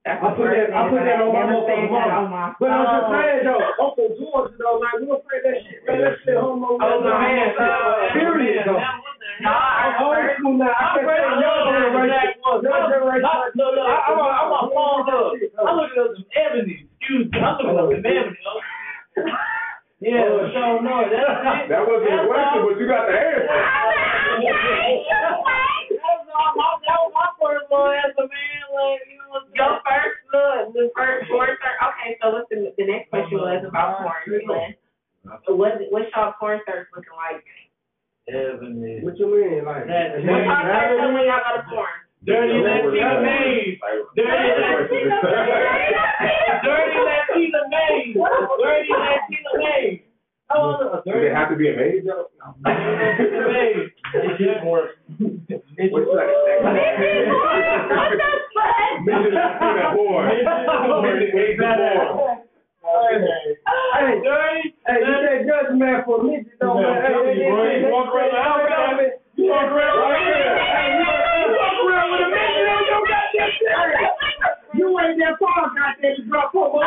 I put that, I put that on my motherfucking mama. But I'm just saying though, Uncle George though, like we don't say that shit, man. That shit homo.
Oh, the man. uh,
Period though. I'm old school now. I can't say your generation. Your generation.
I'm looking up some ebony. Excuse me. I'm
Oh.
looking up some ebony.
(laughs)
Yeah, for sure. No, that's
That wasn't the question, but you got the answer.
What's y'all porn search looking like?
ebony.
What you mean, like?
That-
is
What's y'all
that
searching
reality?
when y'all go to porn?
Dirty Latina maid. Dirty
Latina
Dirty Latina maid. Dirty Latina maid. I want a
Did
dirty
it have to be a maid though?
Latina maid. It's just more.
What's that? Midget Latina boy. Midget Latina boy.
Hey,
Dirty.
Hey, you said judge man for me, you know, man. Hey, hey, hey, hey,
You walk around with an outfit. You walk around with an outfit. You walk around with a midget on your goddamn shirt.
You ain't that far, goddamn, you drop four
See
more.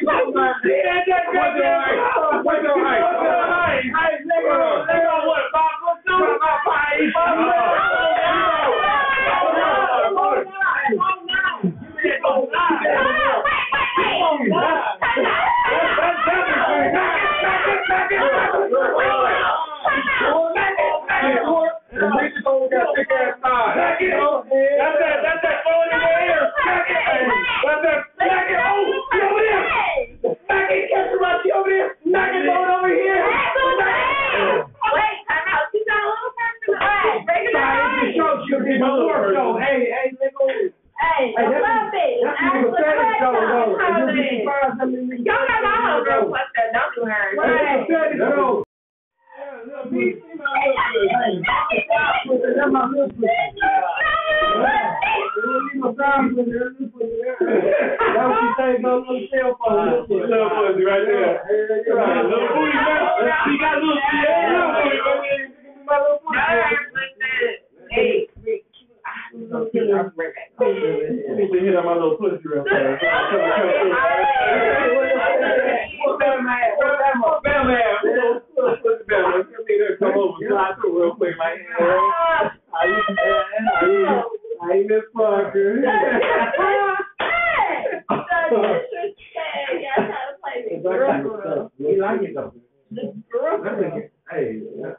that? That
What's your
goddamn.
height? What's your height?
Hey, hey, nigga. Hey, that's- that's some pathetic though, though. You be surprised how many niggas- That's pathetic though. That's my little sister. That was the thing about little cell phone. Little
Little pussy right there. Little booty man. She got little she got little booty man. She hit on my little pussy real fast. Bam bam. Little pussy bam bam. Come here, come over. Slide through real quick. Like, hey, how you doing? How you doing? Hey, Miss Parker.
You like it though. That's
Girl.
a, hey, that-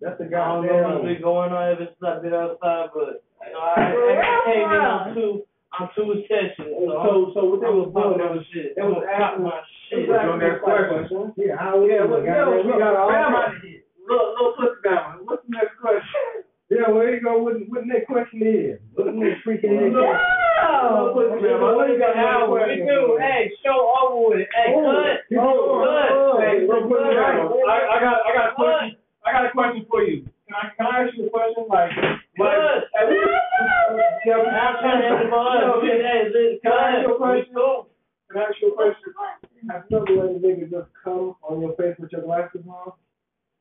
that's a
I don't know what's
goddamn.
been going on if it's not been outside, but you know, I, I, I came in on two, on two sessions, so
So, so what they
I'm,
was
I'm
doing,
popping
that
other
was,
shit.
they
I'm
was
gonna pop
asking-
my
they
shit.
was
Doing that
asking
question.
Yeah, how we,
but
goddamn, we got all.
Grab out of here. Little, little pussy down. What's the next question?
Yeah, well, there you go. What, what next question is? What next freaking is?
Little pussy down. What do you Oh, got Oh, now? What you do? Hey, show over with it. Hey, cut. Hey,
Hey,
little
bro,
pussy down. I,
I,
I got, I got a
Cut.
question. I got a question for you. Can I, can I ask you a question? Like,
Cut.
like, hey, we, yeah, I'm trying to answer for us.
Yeah,
Hey, listen,
Can I ask you a
cut.
question? Can I ask you a question? Have you ever let a nigga just come on your face with your glasses on?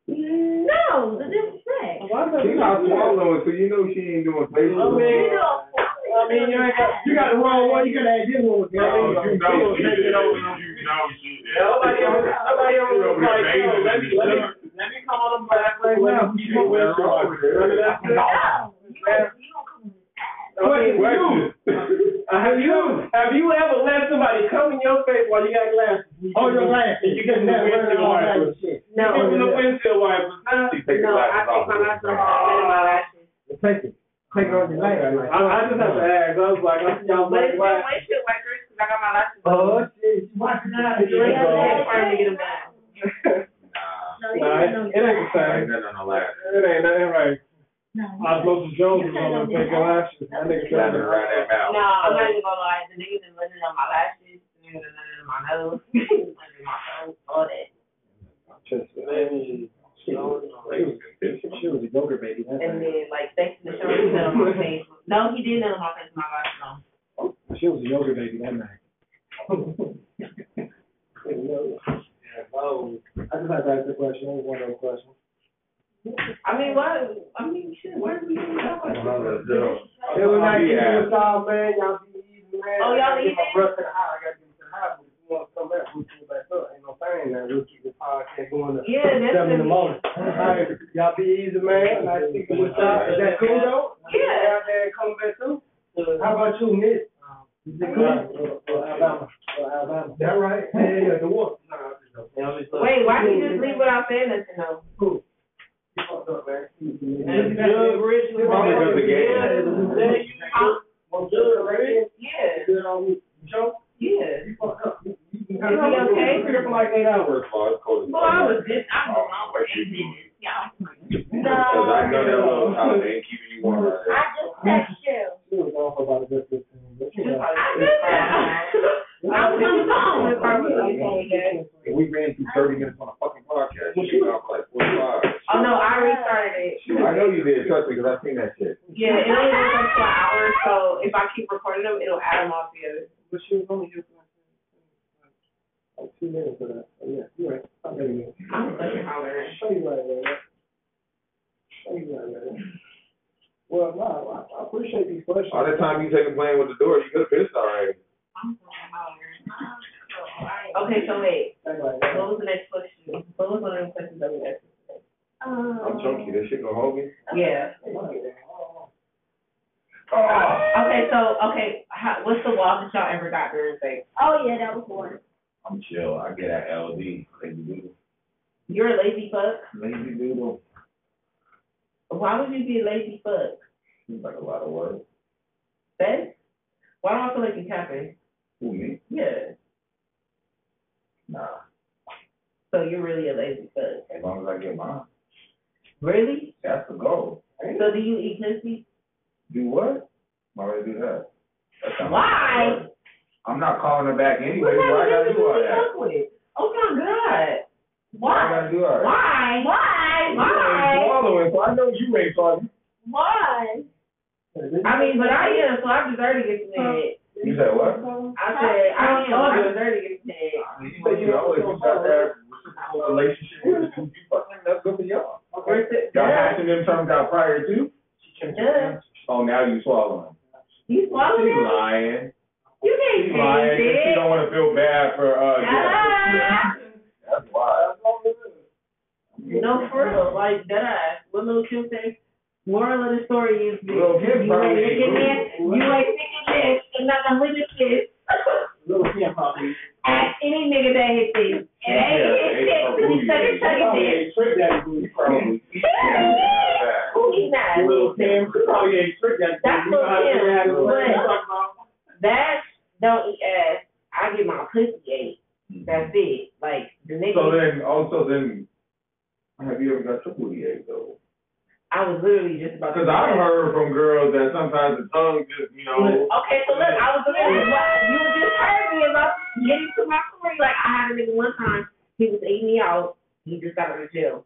No, the different thing.
Why does
She not swallowing, so you know she ain't doing
I
facial.
mean,
You know,
I mean, you ain't got, you got the wrong one, you gotta add this one.
You know, Oh, you know, she
Take it
did.
over.
You know, she did.
Nobody ever, nobody ever
She over
was
there
like, yo,
bathing
let
in the
me, let me,
sun.
let me come on back right now.
She wearing over there.
Remember that shit?
Question, you,
Question.
have you,
Uh, Have you ever let somebody come in your face while you got Oh, glasses?
hold your glasses, you can never wear
Windshield
all that
wipers.
shit.
No,
Give
no,
them the windshield wipers.
I
She
take
take her
my
glasses off.
glasses off and my lashes.
Take it, take it on your
I,
leg.
I just have to ask. I was like, I see y'all
But it's been
black, black.
windshield wipers, 'cause I got my lashes.
Oh, shit, watching out.
You ain't got that
It
far to get them out.
Nah.
Nah, it it ain't the
Ain't
same.
nothing on the last.
It ain't nothing right. Osmosis
You
Jones was on
can't do
there taking lashes. That nigga
Let
trying
her ride
to.
that mouth.
No, I'm not even gonna lie. The niggas been living on my lashes, the niggas been living on my nose, living my nose, all that.
She was she was a Joker baby. that's
And
right.
then like thanks to the show, he did on
(laughs)
my face. No, he did on my face, my lashes on.
She was a Joker baby that night. Oh, I just had to ask the question. That was one of those questions.
I mean, what? I mean, shit. Where do we even go?
I love that girl.
It was nice to
Yeah.
meet y'all, man. Y'all be easy, man.
Oh, y'all
I gotta get
easy?
My breath to the high. I gotta get to the high. But if you want to come back, we'll see you back up. Ain't no thing now. We'll keep this podcast going to
Yeah, that's
seven in
gonna
the
be-
morning. All right, y'all be easy, man. Nice to meet y'all. Is that cool though?
Yeah.
Out there and come back too. How about you, Nick? Is it cool? Alabama. Alabama. That right? Yeah, yeah, the wolf. Nah, I just don't.
Wait, why did you just leave without saying nothing though?
You fucked up, man.
Good, rich, we
Probably because the game.
Huh?
Well, good, right?
Yeah,
Good on me. Joe,
yeah.
you fucked up. You- you- you-
Are we okay?
We're here for like eight hours.
Oh, it's cold as
Well, I
fuck.
was just, I'm
Oh,
alone.
what you doing?
Y'all,
Cause I know that little child ain't keeping you warm. right
I
there.
just text you.
She was gone for about a good fifteen, but you know.
I knew that. I was on the phone.
It's probably okay, yeah.
We ran through thirty minutes on a fucking podcast.
Well, she
You got like forty-five.
Oh no, I restarted it.
I know you did, trust me, because I seen that shit.
Yeah, it only goes up to an hour, so if I keep recording them, it'll add them all together.
But she was only here for like, like two minutes of that. But yeah, you're right. I'm ready to
I'm fucking hollering.
show you right there. man. Show you right there. Well, no, I, I appreciate these questions.
All that time you taking blame with the door, you could have pissed already.
I'm fucking hollering. Okay, so wait,
Like, like,
what was the next question? What was one of the questions that we asked?
Um,
I'm chunky, this shit gonna hold me.
Yeah.
Oh,
Okay, so, okay, how, what's the wall that y'all ever got during sex?
Oh, yeah, that was one.
I'm chill, I get that LD, lazy doodle.
You're a lazy fuck?
Lazy doodle,
Why would you be a lazy fuck?
seems like a lot of work.
That's, why do I feel like you're capping?
Who, me?
Yeah,
Nah,
so you're really a lazy fuck.
as long as I get mine,
Really?
that's the goal.
So do you eat pussy?
Do what? Why would I do that? That's not my
Why?
goal. I'm not calling her back anyway,
What
why I
kind
gotta
of
do all
business
that?
you fuck with? Oh my god.
Why I
Why?
gotta do all that?
Why? Why?
You
Why?
swallowing, so I know you ain't talking.
Why?
I mean, but I am, so I deserve to get paid.
You said what?
I said, I am, I deserve to get paid.
You said you know, if you got that reciprocal relationship with you, you fucking, that's good for y'all.
We're si-
Y'all
yeah.
passing them terms out prior to?
Yeah.
Oh, now you swallowing.
You swallowed
She's
it?
lying.
You
She's
can't change
lying 'cause she
it.
don't want to feel bad for, uh, yeah.
Ah.
That's why.
No, for real, like, that ass. What little Kim say? Moral of the story is this.
Lil' Kim
You ain't
probably
licking
ain't
this, you ain't thinking this, and not gonna limit this. (laughs)
Little Kim, probably.
Ask any nigga that hit this. It ain't
Yeah,
hit
it's
this,
a
but
booty.
he sucking, sucking
Probably
this.
a trick daddy booty.
Probably. Yeah.
Who is that?
Little Kim, probably a trick daddy.
That's
booty. You know how
Lil'
they
Kim,
have it.
That don't eat ass. I get my pussy ate. That's it. Like the
So
nigga,
then, also then, have you ever got your booty ate though?
I was literally just about to.
Because I've heard from girls that sometimes the tongue just, you know,
Okay, so look, I was literally what you just heard me about getting to my story. Like I had a nigga one time, he was eating me out. He just got out of jail.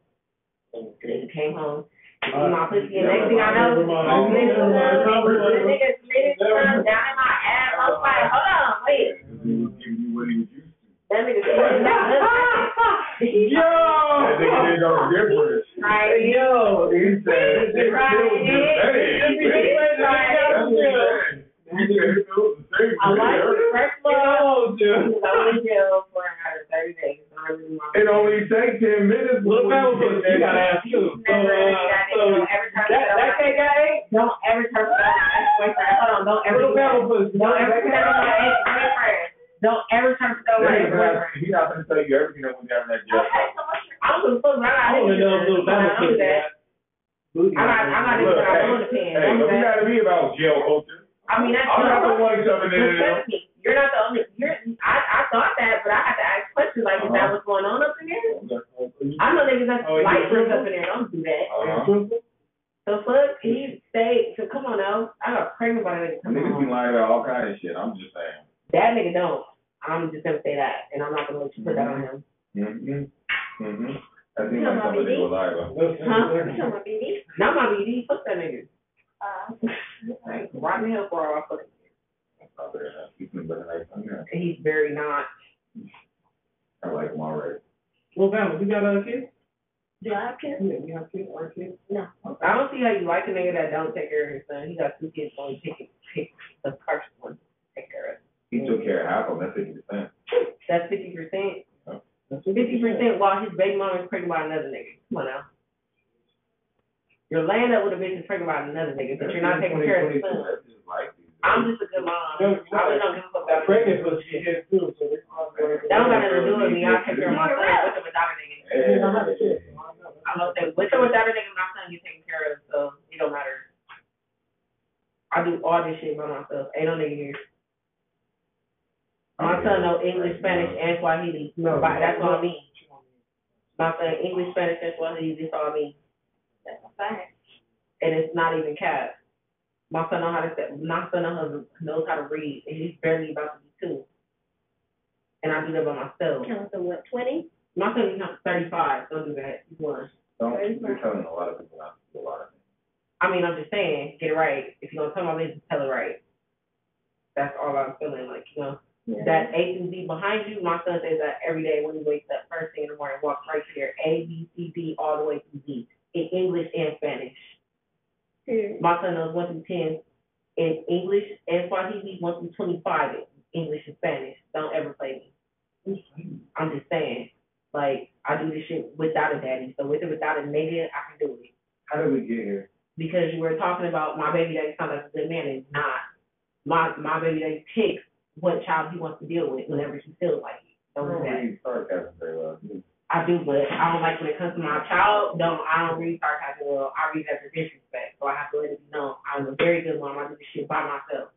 And the nigga came home. he ate my pussy, and next thing I know, the
Never mind.
nigga,
Never mind.
the nigga, slid his thumb down in my ass. I was like, hold on,
(laughs)
wait.
you, you wouldn't even use
That nigga slid his (laughs) thumb. Oh.
That nigga did no difference.
(laughs) Right.
He
Right.
said, "Hey,
Right.
that's what he said.
I like the first love. I
yeah.
was in jail for another thirty days. and I really want-
It only takes ten minutes.
Look, that was what you gotta ask you. So,
(laughs) Never really
uh,
got it.
so
Don't ever turn
that,
it
that
over.
cat got eight?
Don't ever turn it over. Ex-boyfriend. Hold on. Don't ever. do
Little
that.
Bama was
Don't ever turn it over. Ex-boyfriend. Don't ever turn it over. Ex-boyfriend.
He not gonna tell you everything that was down in that jail.
Okay, so what's your? I was a fool.
I
I
don't
don't
know if Little Bama
do
took
that.
that. Booty.
I'm not. I'm not even
Look, hey,
gonna
Hey,
pin.
don't be mad at me about jail culture.
I mean, that's
I'm not the one shoving it in
Trust
there.
me, you're not the only. You're. I. I thought that, but I had to ask questions like, is
Uh-huh.
that what's going on up in there? I know niggas that's
Oh, is it
light
true?
up in there. Don't do that.
Uh-huh.
The fuck? He stayed. So come on now. I got pregnant by that nigga. Come
Niggas be
on.
lying about all kind of shit. I'm just saying.
That nigga don't. I'm just gonna say that, and I'm not gonna let you put that on him.
Mm-hmm. Mm-hmm. I
You
think
know
that's
about
something
me?
to lie
Huh?
about.
You talking about BD?
Not my BD. Fuck that nigga.
Uh,
Like, rock me up for all I fucking.
That's not very nice. You can better like something else.
He's very not.
I like him already.
Little Bama, you got a kid?
do I care?
Yeah, you have kids, our kids?
No.
I don't see how you like a nigga that don't take care of his son. He got two kids, so he take take the first one, take care of.
He took care of half of them. That's fifty percent.
That's fifty percent.
That's what
Fifty
they said.
percent while his baby mama is pregnant by another nigga. Come on now. You're laying up with a bitch that's pregnant by another nigga, but you're not taking care of his son.
That's just like these.
I'm just a good mom. I really don't give a fuck about
That
pregnant.
pregnant pussy hit too, so they.
That don't got nothing to do with me. I take care of my son with or without a nigga.
Hey.
Yeah, I have a kid.
I don't say with or without a nigga, my son get taken care of, so it don't matter. I do all this shit by myself. Ain't no nigga here. My son know English, Spanish, and Swahili.
No.
But that's all me. My son English, Spanish, and Swahili. That's all me.
That's a fact.
and it's not even cap. My son know how to say, my son know how- knows how to read, and he's barely about to be two. And I do that by myself.
Counting to what, twenty?
My son is not 35. Don't do that. He's one.
Don't, you're telling a lot of people not to do a lot of things.
I mean, I'm just saying, get it right. If you're gonna tell my business, tell it right. That's all I'm feeling. Like you know, that A through Z behind you. My son says that every day when he wakes up, first thing in the morning, walks right to there, A B C D all the way to Z in English and Spanish.
Period.
My son knows one through ten in English and Swahili, one through twenty-five in English and Spanish. Don't ever play me. I'm just saying, like I do this shit without a daddy, so with or without a nigga, I can do it.
How did we get here?
Because you were talking about my baby daddy sounds like a good man, and he's not. My my baby daddy picks what child he wants to deal with whenever he feels like it.
I
Don't do
don't
that.
read sarcasm very well. You-
I do, but I don't like when it comes to my child. Don't I don't read sarcasm well. I read that for disrespect, so I have to let it be known. I'm a very good mom. I do this shit by myself.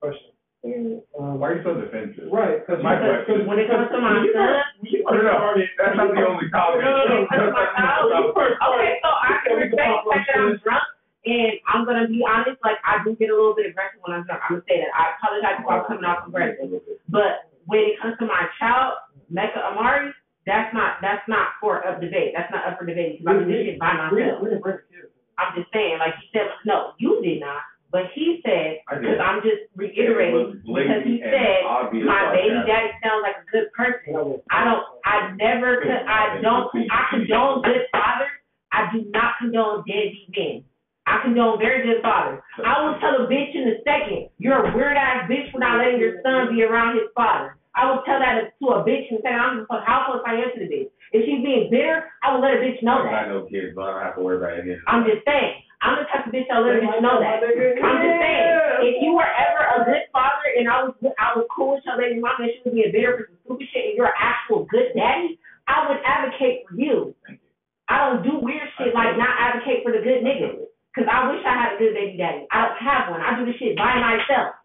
Question.
Mm-hmm.
Period.
Um,
Why are you so defensive?
Right, cause.
My
because-
question.
cause-
When it comes to my
because-
son,
when you
No, no,
first
no.
started-
That's not the only comment.
No, no, no.
When it comes to my child,
First started-
Okay, so I can respect the fact that I'm drunk, and I'm gonna be honest. Like I do get a little bit aggressive when I'm drunk. I'm gonna say that. I apologize if I'm coming off aggressive, but when it comes to my child, Mecca Amari, that's not that's not for up debate. That's not up for debate. Because I'm doing it by
We
myself.
didn't, we didn't break the kids.
I'm just saying, like he said, no, you did not, but he said,
I did.
because I'm just
It
reiterating,
was
because
blatant
he
and
said,
obvious
my baby
sarcasm.
daddy sounds like a good person. I don't, I never, con- I don't, I condone good fathers. I do not condone deadbeat men. I condone very good fathers. I will tell a bitch in a second, you're a weird ass bitch for not letting your son be around his father. I will tell that to a bitch in a second. I'm just like, how close I am to the bitch. If she's being bitter, I will let a bitch know
I
that.
got no kids, so I don't have to worry about any of that.
I'm just saying. I'm the type of bitch that'll let a bitch know that. I'm just saying, if you were ever a good father and I was I was cool with your baby mama and she was being bitter for some stupid shit and you're an actual good daddy, I would advocate for you. I don't do weird shit like not advocate for the good nigga. Cause I wish I had a good baby daddy. I don't have one. I do this shit by myself,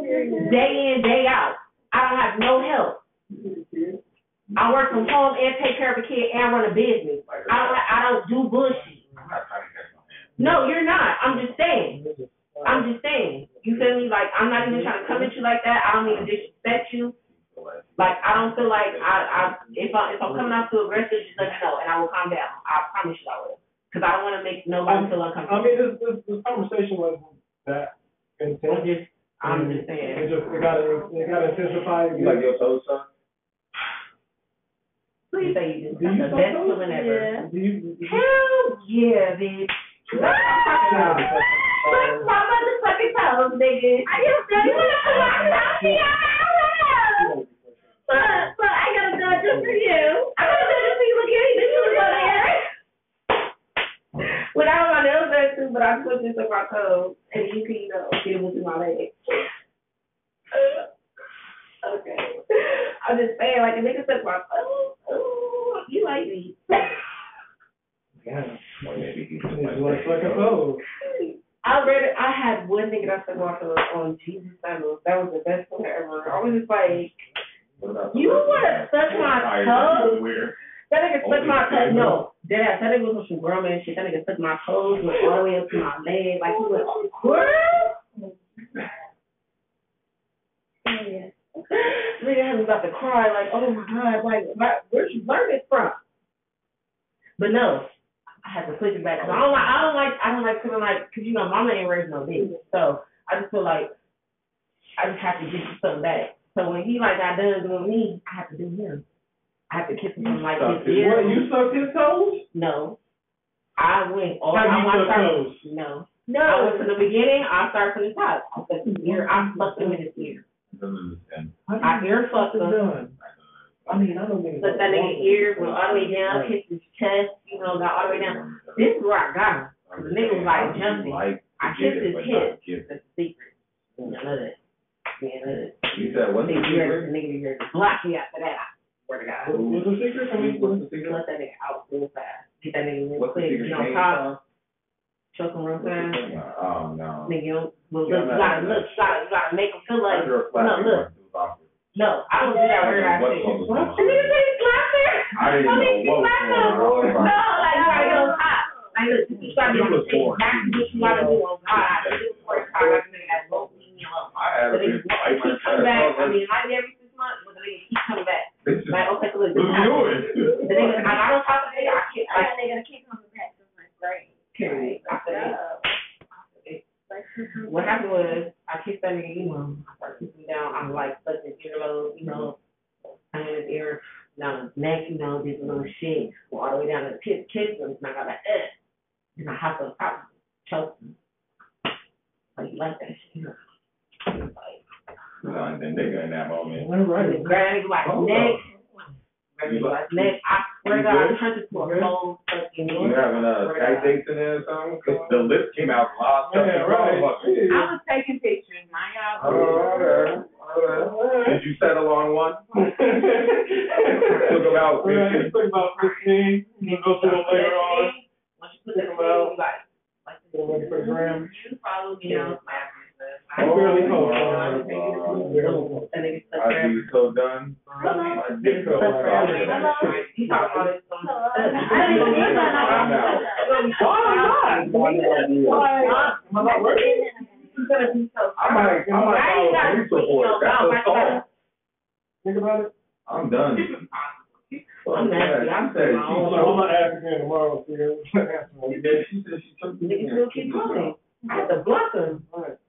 day in, day out. I don't have no help. I work from home and take care of a kid and run a business.
Like,
I don't I don't do bullshit.
I'm not trying to catch my hand.
No, you're not. I'm just saying. I'm just saying. You feel me? Like I'm not even trying to come at you like that. I don't even disrespect you.
So, like,
Like I don't feel like I, I if I if I'm coming off too aggressive, just let me know and I will calm down. I promise you I will. Cause I don't want to make nobody feel
I
uncomfortable.
mean, this, this, this conversation was that
I'm
intense.
just I'm just
It
saying.
just, it got, it got intensified.
You like your soul son?
You say you do.
Do
That's
you
the
feel
best
so?
feeling ever.
Do (laughs) you?
Hell yeah, bitch. Ah! Let's
Yeah.
my motherfucking
hoes, nigga. I just said, you wanna come out and I'll be out. Look, look, I got a gun just for you. I got a gun just for you. Look here, you bitch, you look over there.
When I was on the other side too, but I switched into my code, and you can, you know, get it through my leg. (laughs) Okay. I'm just saying, like, a nigga took my code. Ooh, you like me.
It's like, like a hoe.
I read it. I had one nigga that said my code on Jesus sandals. That was the best one ever. I was just like,
You wanna suck my toes?
that nigga took my code. No, dead ass. That nigga was some grown man shit. That nigga took my toes, went all the way up to my leg. Like, he went,
Girl?
Nigga had me about to cry, like, oh my god, like, why, where'd you learn this from? But no, I had to push it back. 'cause I don't like, I don't like, I don't like feeling like, cause you know, mama ain't raised no bitch. So I just feel like I just have to give you something back. So when he like got done doing me, I have to do him. I have to kiss him from like
sucked
his
his-
ear.
What, you sucked his toes?
No, I went all
How
I,
you
I
suck
started,
toes?
No, no, I went to the beginning. I started from the top. I sucked his ear. I sucked him in his ear. I ear fucked him.
I mean, I don't mean.
Put that nigga ear went all the way down, hit his chest, you know, got all the way down. This is where I got him. Nigga was like jumping. I kissed his hip. That's the secret. You know that. You know that.
You said what's the
Nigga, you're
secret?
nigga, you're blocky after that. I swear to God.
What's the secret? I mean,
What's the secret?
Let that nigga out real fast. Get that nigga real
What's the
quick.
secret
Get
name?
on top. Choke him real
What's the
fast.
secret? Oh, no.
Nigga, you don't- look,
Yeah,
look, you
man.
gotta look, you gotta, you gotta make him feel like, no,
After a clap,
look,
it was awkward.
no, I don't do that weird ass
What
shit.
was
What?
going on?
Nigga, say slap her.
I didn't
Don't
know
make me
what was
slap her.
going on.
No, like you gotta get on top. Like, look, you try to do
You was born.
exactly what you gotta do on God. This is the first time I've been at both leave me alone.
I had a
But they
big
keep
fight my
coming back. I
chest.
mean, it might be every six months, but they keep coming back.
This is
Like, okay, so look, this happened.
doing.
The nigga, I got on top of the nigga. I can't,
I
I
got nigga to keep coming back to my grave.
period. I said,
Like, mhm.
What happened was I kissed that nigga emo. I started kissing him down. I'm like sucking his earlobe, you know, under his ear, down his neck, you know, did a little shit. Well, all the way down to the kiss, kiss him, and I got like, eh. And I hopped on top of him, choked him. Like, you like that shit? huh? He was Like,
(laughs) Nah, the nigga in that moment.
All right.
and grabbed him by his
Hold
neck.
up.
Grabbed him by his neck. I swear to
Oh. You
God, I
good?
turned into
You
a
good?
whole fucking
You having a tight date in there or something? 'Cause the lips came out loud.
Yeah, right.
I was taking pictures, my y'all.
Did you settle on
(laughs)
one? Took about
Right,
fifteen.
it's like about fifteen, you go through them later on.
Once you put that thing, you like, like,
Get ready for the gram.
you follow me on Snapchat.
Oh,
I barely hold
on.
on.
That nigga stuck
I'd
around.
be so done. My dick
Stuck
felt like I was
around.
gonna shit.
He talking about his son.
Hello.
I
I didn't even
I'm
know
out.
that.
Why
Why?
not? He's gonna be so.
I might, I might
Why you
follow
gotta
police report. That's
tweet your mouth?
assault.
Think about it.
I'm done.
I'm nasty. I'm
She said
I'm
she
wrong.
gonna, I'm
took-
gonna ask again tomorrow, see
she said- she said she took me
Nigga
in.
still keep coming. I had to block him.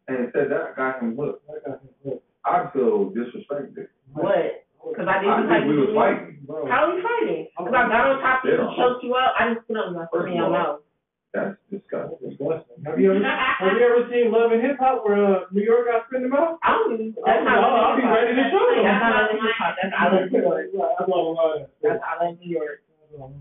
And said that guy can look. I feel disrespected.
What? Cause I
I
didn't
think
like
we
you.
was fighting.
How are we fighting? Cause I got on top of you, choked you out. I just put on my foot in your mouth.
That's disgusting.
Have you ever, have you ever seen Love and Hip Hop where, uh, New York got spin them out?
I don't even.
Oh,
That's not.
no, I'll be ready to show them.
That's not in my house. That's out of New York.
I'm gonna,
That's out of New York.
uh,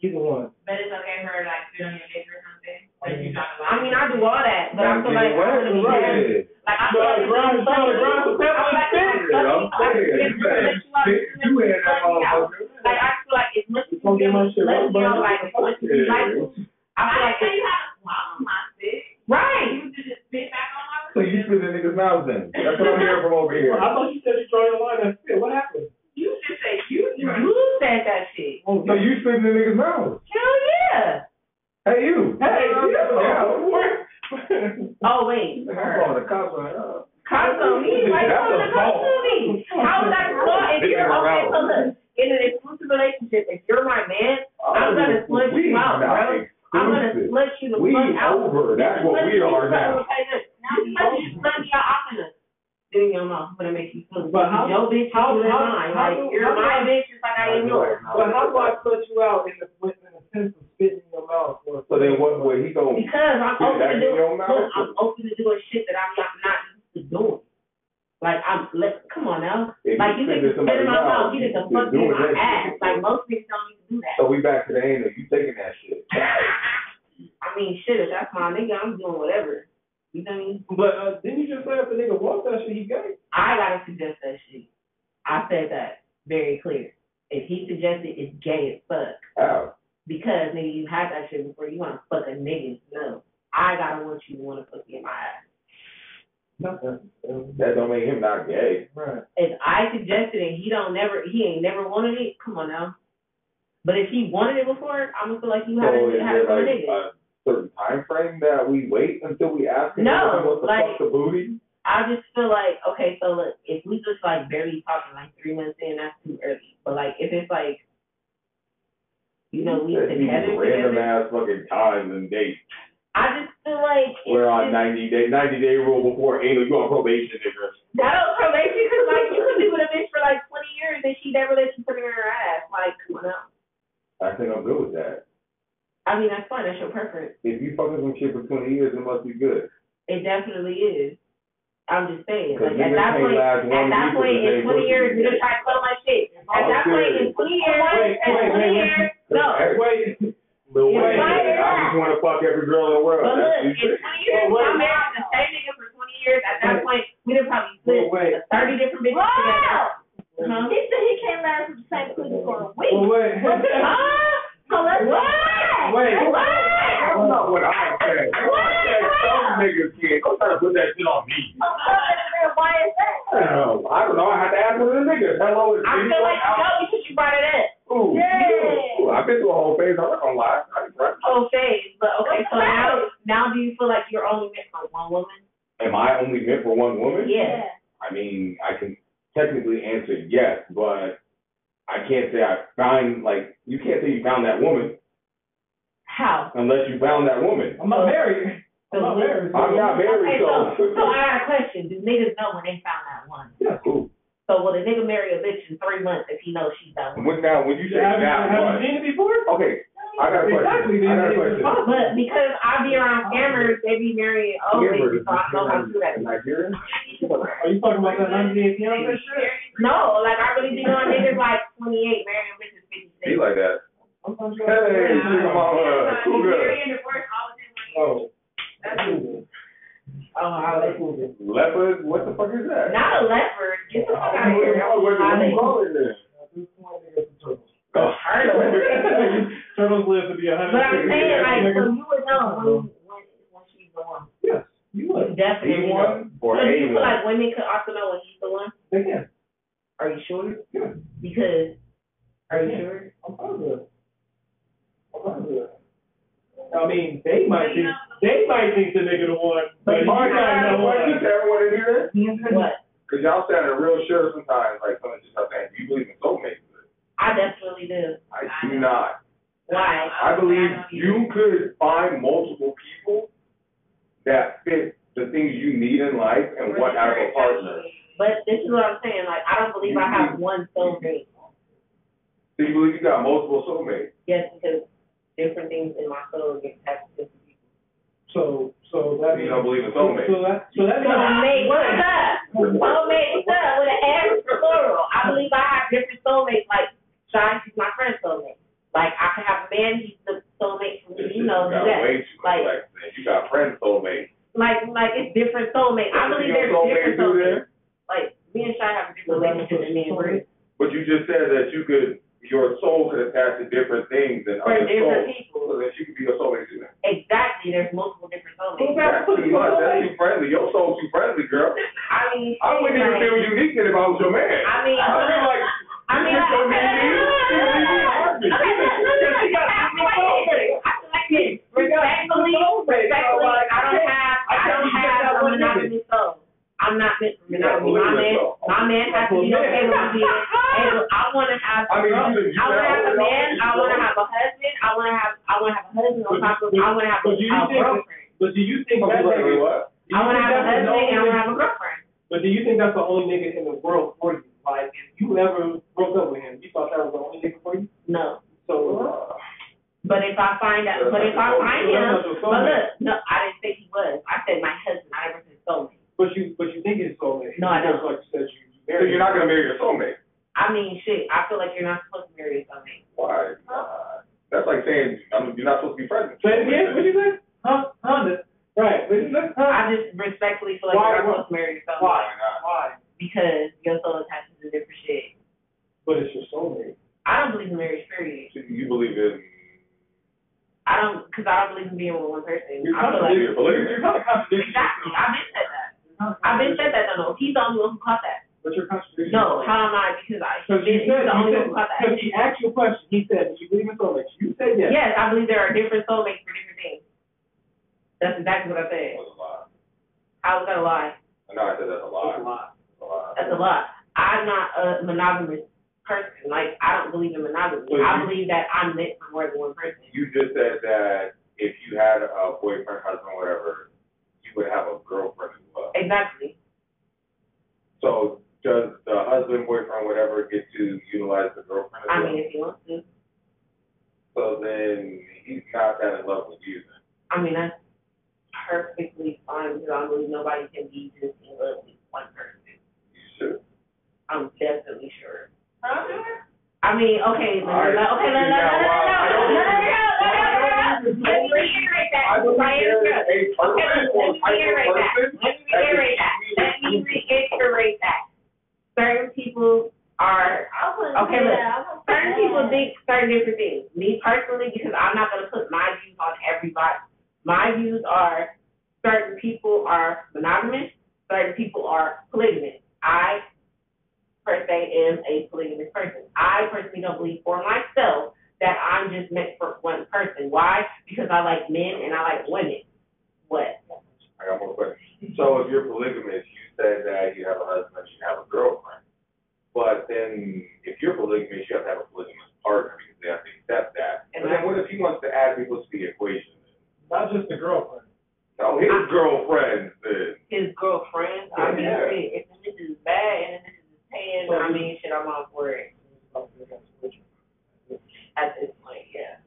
Either one.
But it's okay for like doing your dick or something. But you not allowed.
I mean, I do all that, but I feel like I want to be there.
Right.
Like I feel
Bro,
like
the ground is on the ground,
I'm
so that's what I'm saying.
Yeah, I'm saying, you had- you had that motherfucker.
like I feel like as much as you
Don't
give,
get my shit
let
right,
me know,
bro.
like as much as you like
Yeah.
me. I feel
I tell
like it's
you how to swallow my dick.
right.
You just spit back on my
So you spit in niggas' mouths then? That's what I'm hearing from over here.
I thought you said you draw your line, that's it, what happened?
You just say you drink.
You said that shit.
So you spit in niggas' mouths?
Hell yeah.
Hey, you.
Hey, you.
Yeah, what?
Oh wait,
I'm calling the cops on her.
cops on me. Why you
That's
calling the cops
assault.
on me? How would I call if
They
you're
never
okay?
out.
So look, in an exclusive relationship, if you're my man, I'm gonna slit
We
you out,
not
bro. I'm gonna
exclusive.
slit you the
We
fuck out.
over. That's what we are now.
Doing your mouth, but it makes you feel.
But how-
your bitch,
how-
you in
how-
mine.
how
Like
do-
you're
how do
my
I-
bitch, just like I am yours.
But how do I put you out in the, in the sense of spitting in your mouth?
So then what, what he gonna,
Because I'm
Put
open
that
to
in
do,
your
look,
mouth.
I'm open to doing shit that I'm not, not used to doing. Like I'm, let, come on now.
if
Like
you
you can spit
spit in
in
somebody's
my mouth,
mouth,
you
you
get the
just
fuck in
doing
my
that
ass.
shit.
Like most niggas don't need to do that.
So we back to the anal, you taking that shit.
I mean, shit, if that's my nigga, I'm doing whatever. You know what I mean?
But, uh, didn't you just say if the nigga walked that shit, he gay?
I gotta suggest that shit. I said that very clear. If he suggested it's gay as fuck.
Ow.
Because nigga, you had that shit before. You wanna fuck a nigga? No, I gotta want you to wanna fuck me in my ass.
Nothing.
That don't make him not gay.
Right.
If I suggested it, he don't never, he ain't never wanted it. Come on now. But if he wanted it before, I'm gonna feel like you
So
had
is
it, had it
there
from a
Oh, like
nigga.
a certain time frame that we wait until we ask him
No,
what the
like-
fuck the booty?
I just feel like, okay, so look, if we just like barely talking, like three months in, that's too early. But like, if it's like, you know, we
That
together,
these Random
together,
ass fucking times and dates.
I just feel like it's
We're on
just-
ninety day, ninety day rule before anal, you on probation, nigga.
That was probation because like you could be with a bitch for like 20 years and she never lets you put it in her ass. Like, come on out.
I think I'm good with that.
I mean, that's fine. That's your preference.
If you fucking some shit for twenty years, it must be good.
It definitely is. I'm just saying.
Cause
Like at
niggas
that
can't
point,
last
at
one
that
week with
point in 20
the same pussy.
years, you just try to sell my shit. At that point in 20 years,
Wait,
in
wait,
20
wait,
years, no.
Wait. Lil
Yeah,
Wayne.
why-
I just wanna fuck every girl in the world.
But look, in 20
That's stupid.
years,
Well, wait.
I'm married to the same nigga for 20 years. At that point, we'd have probably
Well,
split
wait.
30 different bitches together.
Wow!
Huh?
He said he can't last with the same pussy for a
Well,
week.
wait.
Huh?
So let's
What?
(laughs) Wait.
What?
That's not what I said. I said some niggas can't. Don't try to put that shit on me.
Oh,
I'm telling you, why is that?
Oh, I don't know. I had to ask one of the niggas. Hello,
oh.
is
I feel like you know because you brought it up.
Ooh,
Yeah.
ooh, I've been through a whole phase. I'm not gonna lie. I ain't proud.
Oh, phase, but okay. So now, now do you feel like you're only meant for one woman?
Am I only meant for one woman?
Yeah.
I mean, I can technically answer yes, but I can't say I found like you can't say you found that woman
How?
unless you found that woman.
I'm not married. I'm not
So,
married.
I'm not
okay,
married,
so,
so.
so I got a question. Do niggas know when they found that one?
Yeah, cool.
So will a nigga marry a bitch in three months if he knows she's that one?
When now, when you say
Have you- Have
that
you seen it before?
one, okay, I got a
Exactly,
question. I
then
got a
it's
question.
fine.
But because I be
Oh.
around scammers, they be marrying old ladies, so I know how to do that.
Nigerian?
(laughs)
Are you talking about that 90 day fiance shit?
No, like I really be knowing niggas like 28 marrying bitches 56.
Be like that.
I'm talking
Hey,
about-
come on, uh, cool girl.
Oh.
Oh, I like
Leopard, what the fuck is that?
Not a leopard. Get the fuck out of here.
I was
I like-
wondering who called it then. Oh, I know. (laughs)
(laughs) Turtles live to be a hundred.
But I'm
and
saying, like,
fifty.
so you would know when, when, when she's the one.
Yes, you
You
would.
definitely know.
B one
So
or
do you
A
feel
one?
like women could also know when he's the one?
They can.
Are you sure?
Yeah.
Because, are you sure?
I'm positive. I'm positive. I mean, they might think they might think the nigga the one, but you
Like, Mark, I
gotta
have
know
a question.
what.
Does everyone in here?
What?
Cause y'all sounding real sure sometimes, like someone just not saying, do you believe in soulmates?
I definitely do.
I do not.
Why?
I believe you could find multiple people that fit the things you need in life and what type of partner.
But this is what I'm saying. Like, I don't believe I have one soulmate.
Do you believe you got multiple soulmates?
Yes, because different things in my soul get attached to different people.
So, so that
You
means.
don't believe in
So that,
soulmates?
so that means.
Soulmate, what's up? Soulmate, what's up? With an average plural. I believe I have different soulmates. Like, Sean, she's my friend's soulmate. Like, I can have a man, he's the soulmate for me.
This
You
shit
know,
got
that.
way too much
Like-
like that. You got friends soulmates.
Like, like it's different soulmates. I believe
You
there's
got
different
soulmates
soulmates.
through there?
Like, me and Sean have a different relationship than me and Bree.
But you just said that you could, your soul could attach to different things than
For
other
different
souls.
people.
So that you could be a soulmate too.
Exactly, there's multiple different soulmates.
That's too much. That's too friendly. Your soul too friendly, girl.
I mean,
I wouldn't even
like-
feel unique if I was your man.
I mean,
I would be like,
I mean,
you
like,
so
okay, look, look, look, look, look, look,
mean.
look, look, look, look, I feel like this. Respectfully, respectfully, I don't have, I don't have a monogamous soul. I'm not meant for monogamy. My man,
Oh,
my man has to be okay with me being
(laughs)
able. I want to have.
I mean,
I
you could- you
want to
could
have a man.
have
I want to
all these girls.
have a husband. I want to have. I want to have a husband on top of. I want to have a,
But do you
a girlfriend.
think- But do you think
People
that
be like,
nigga?
what?
do you
I want to have
think
a
that's the
husband and I
only-
want to have a girlfriend.
But do you think that's the only nigga in the world for you? Like, if you ever broke up with him, you thought that was the only nigga for you?
No,
So,
but
But if I find out, but if I find him, but look, no, I didn't say he was. I said my husband. I never said soulmate.
But you, but you think it's soulmate.
No, I don't.
Just Like you said, you. you
So
married.
you're not gonna marry your soulmate.
I mean, shit. I feel like you're not supposed to marry a soulmate.
Why? not? That's like saying I'm, you're not supposed to be friends.
Say it again, what'd you say? Huh, huh, that- right, what'd you say? Huh?
I just respectfully feel like
Why-
you're not supposed
why-
to marry a soulmate
Why, why?
because your soul attaches to different shit.
But it's your soulmate.
I don't believe in marriage. Period.
You- You believe in.
I don't, cause I don't believe in being with one person.
You're
I feel like
contradicting-
You're believing.
You're kind of contradicting.
exactly. I've been said that. I've been said that though. He's the only one who caught that.
But you're contradicting.
No, how am I? Because I.
Because you
he's
said,
the
you
only
said,
one who caught that.
because he asked you a question, he said, do you believe in soulmates? You said yes.
Yes, I believe there are different soulmates for different things. That's exactly what I said.
That's a lie.
How is that a lie?
No, I said that's a lie.
That's a lie.
That's a lie.
That's a lie. I'm not a monogamous person. Like I don't believe in monogamy.
Well,
I
you-
believe that I'm meant for more than one person.
You just said that if you had a boyfriend, husband, whatever, you would have a girlfriend as well.
Exactly.
So does the husband, boyfriend, whatever, get to utilize the girlfriend? as
I
well?
mean, if he wants to.
So then he's not that in love with you. Then.
I mean, that's perfectly fine because I believe nobody can be just in love with one person.
You should.
I'm definitely sure. I mean, okay,
All right.
let, let, okay, let, let, let, let, let, let, let,
Let me reiterate that.
I believe
Right,
there is
good.
a person
Okay,
or type
let me reiterate
of
that.
person
Let me reiterate that. Let me reiterate that.
certain people are Okay, look. certain people think certain different things. Me personally, because I'm not gonna put my views on everybody. My views are certain people are monogamous, certain people are polygamous. I per se am a polygamous person. I personally don't believe for myself that I'm just meant for one person. Why? Because I like men and I like women. What?
I got more questions. So if you're polygamous, you said that you have a husband, you have a girlfriend. But then if you're polygamous, you have to have a polygamous partner because they have to accept that. But then what if he wants to add people to the equation?
Not just the girlfriend.
No, his girlfriend then.
His girlfriend? I mean,
Yeah.
shit, if the nigga is bad and the nigga is paying, I mean, shit, I'm all for it. at this point, yeah.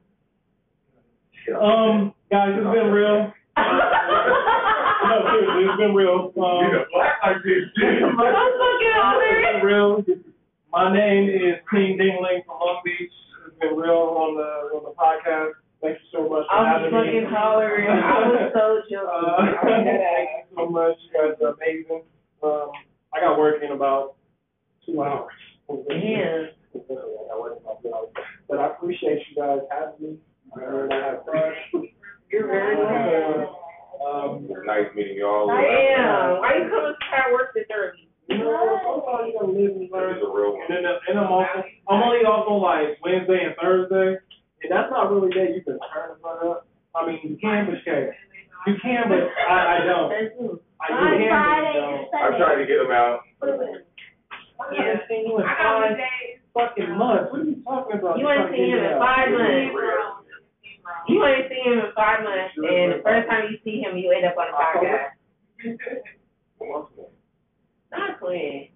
Um, guys, it's been real. No, seriously, it's been real.
You
Um,
the black like this
(laughs)
shit.
it's been real. My name is King Dingling from Long Beach. It's been real on the, on the podcast. Thank you so much for
I'm
having me.
fucking (laughs) hollering. I
(laughs)
was so
Uh,
joking.
thank you so much. You guys are amazing. Um, I got work in about two hours.
Yeah.
I got work in about two hours. But I appreciate you guys having me. I really had fun.
You're very (laughs) welcome.
Um,
Nice meeting y'all.
Damn. Why you coming to our work this early?
you know, sometimes you gotta live and learn.
This is a real one.
And then, and I'm also, I'm only off on like Wednesday and Thursday, and that's not really that you can turn the front up. I mean, you can, but you can't. You can, but I, I don't.
That's cool.
I
On
you can, but you
Friday
don't.
and
I'm trying to
Sunday.
get him out.
I haven't seen you in
I got
five
one day.
fucking months. What are you talking about?
You ain't seen him in five months. You ain't seen him in five months, and the first time you see him, you end up on a podcast. Not playing.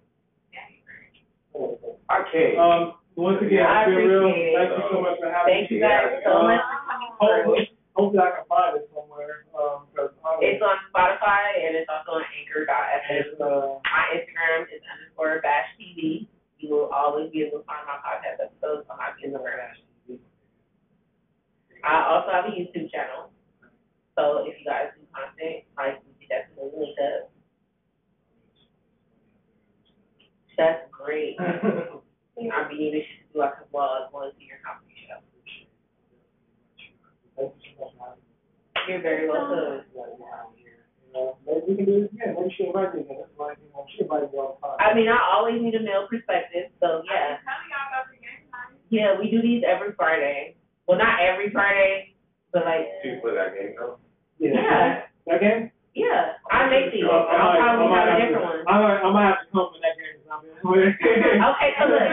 I can't.
Um, once again,
I
it's been real.
appreciate it.
Thank you so much for having me.
Thank you guys so much for coming through.
Hopefully, hopefully I can find it somewhere. Um, because
It's on Spotify and it's also on Anchor.fm.
it's uh,
My Instagram is underscore bash TV. You will always be able to find my podcast episodes on my Instagram. Bash TV. I also have a YouTube channel. So if you guys do content, like we could definitely link up. That's great. I be needing shit to do like a vlog going to your comedy show.
thank you so much for having me.
You're very welcome.
Like, wow, you know, Maybe we can do this again. Maybe she invited me again. That's why, you know, she invited me all the time.
I mean, I always need a male perspective, so yeah. Yeah, we do these every Friday. Well, not every Friday, but like,
Do you play that game though?
yeah,
That game?
yeah. I make these.
I might-
I'll probably
I might
have a
have
different
to-
one.
I might, I might have to come for that game. 'cause (laughs) I've been-
Okay, so look,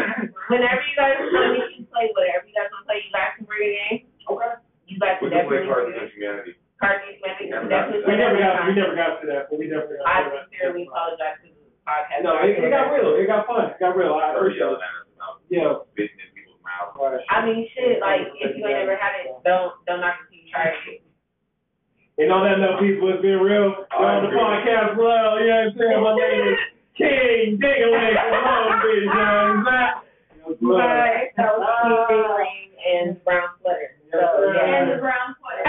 whenever you guys want me to play, whatever you guys want to play, you guys can bring a game.
Okay.
You guys
We
can
can
definitely
play Cards
bring it.
Against Humanity.
Cards Against Humanity,
Never
definitely
got
play
We never
that
got,
one time.
we never got to that, but we definitely got
I
to that.
sincerely apologize to the podcast.
No, uh, it, it got real. It got fun. It got real. I
Start
appreciate it.
yelling at us about
Yeah.
spitting in people's mouths.
I mean, shit, like, if you ain't ever had it, don't, don't knock it till you try it.
And on that note, people, it's been real. We're on the podcast, bro. You know what I'm saying? My name is King Dingley from Long Beach. You know what I'm
Right,
saying?
so she feeling and brown sweater, so, yeah.
And the brown sweater.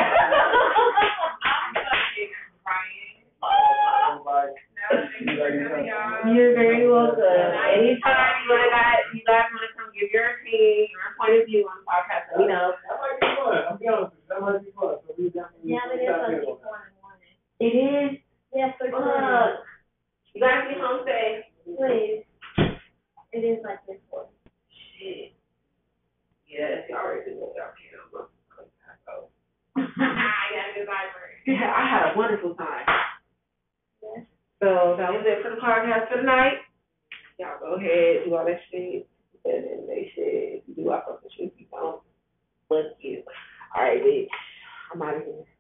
I'm You're very welcome. Anytime you wanna guys, you guys wanna come give your opinion, your point of view on the podcast, let me know.
That might be fun. I'll be honest with you. That might be fun. So we definitely
Yeah, but it's like it's one in the morning.
It is,
Yes, for
uh,
sure.
you guys get home safe.
Please. It is like this one.
Shit. Yeah, it's already been y'all can, but I'm tired. Yeah, (laughs) I had a wonderful time.
Yes.
So that was it for the podcast for tonight. Y'all go ahead, do all that shit, and then they shit, do all fucking shit if you don't. Fuck you. All right, bitch. I'm out of here.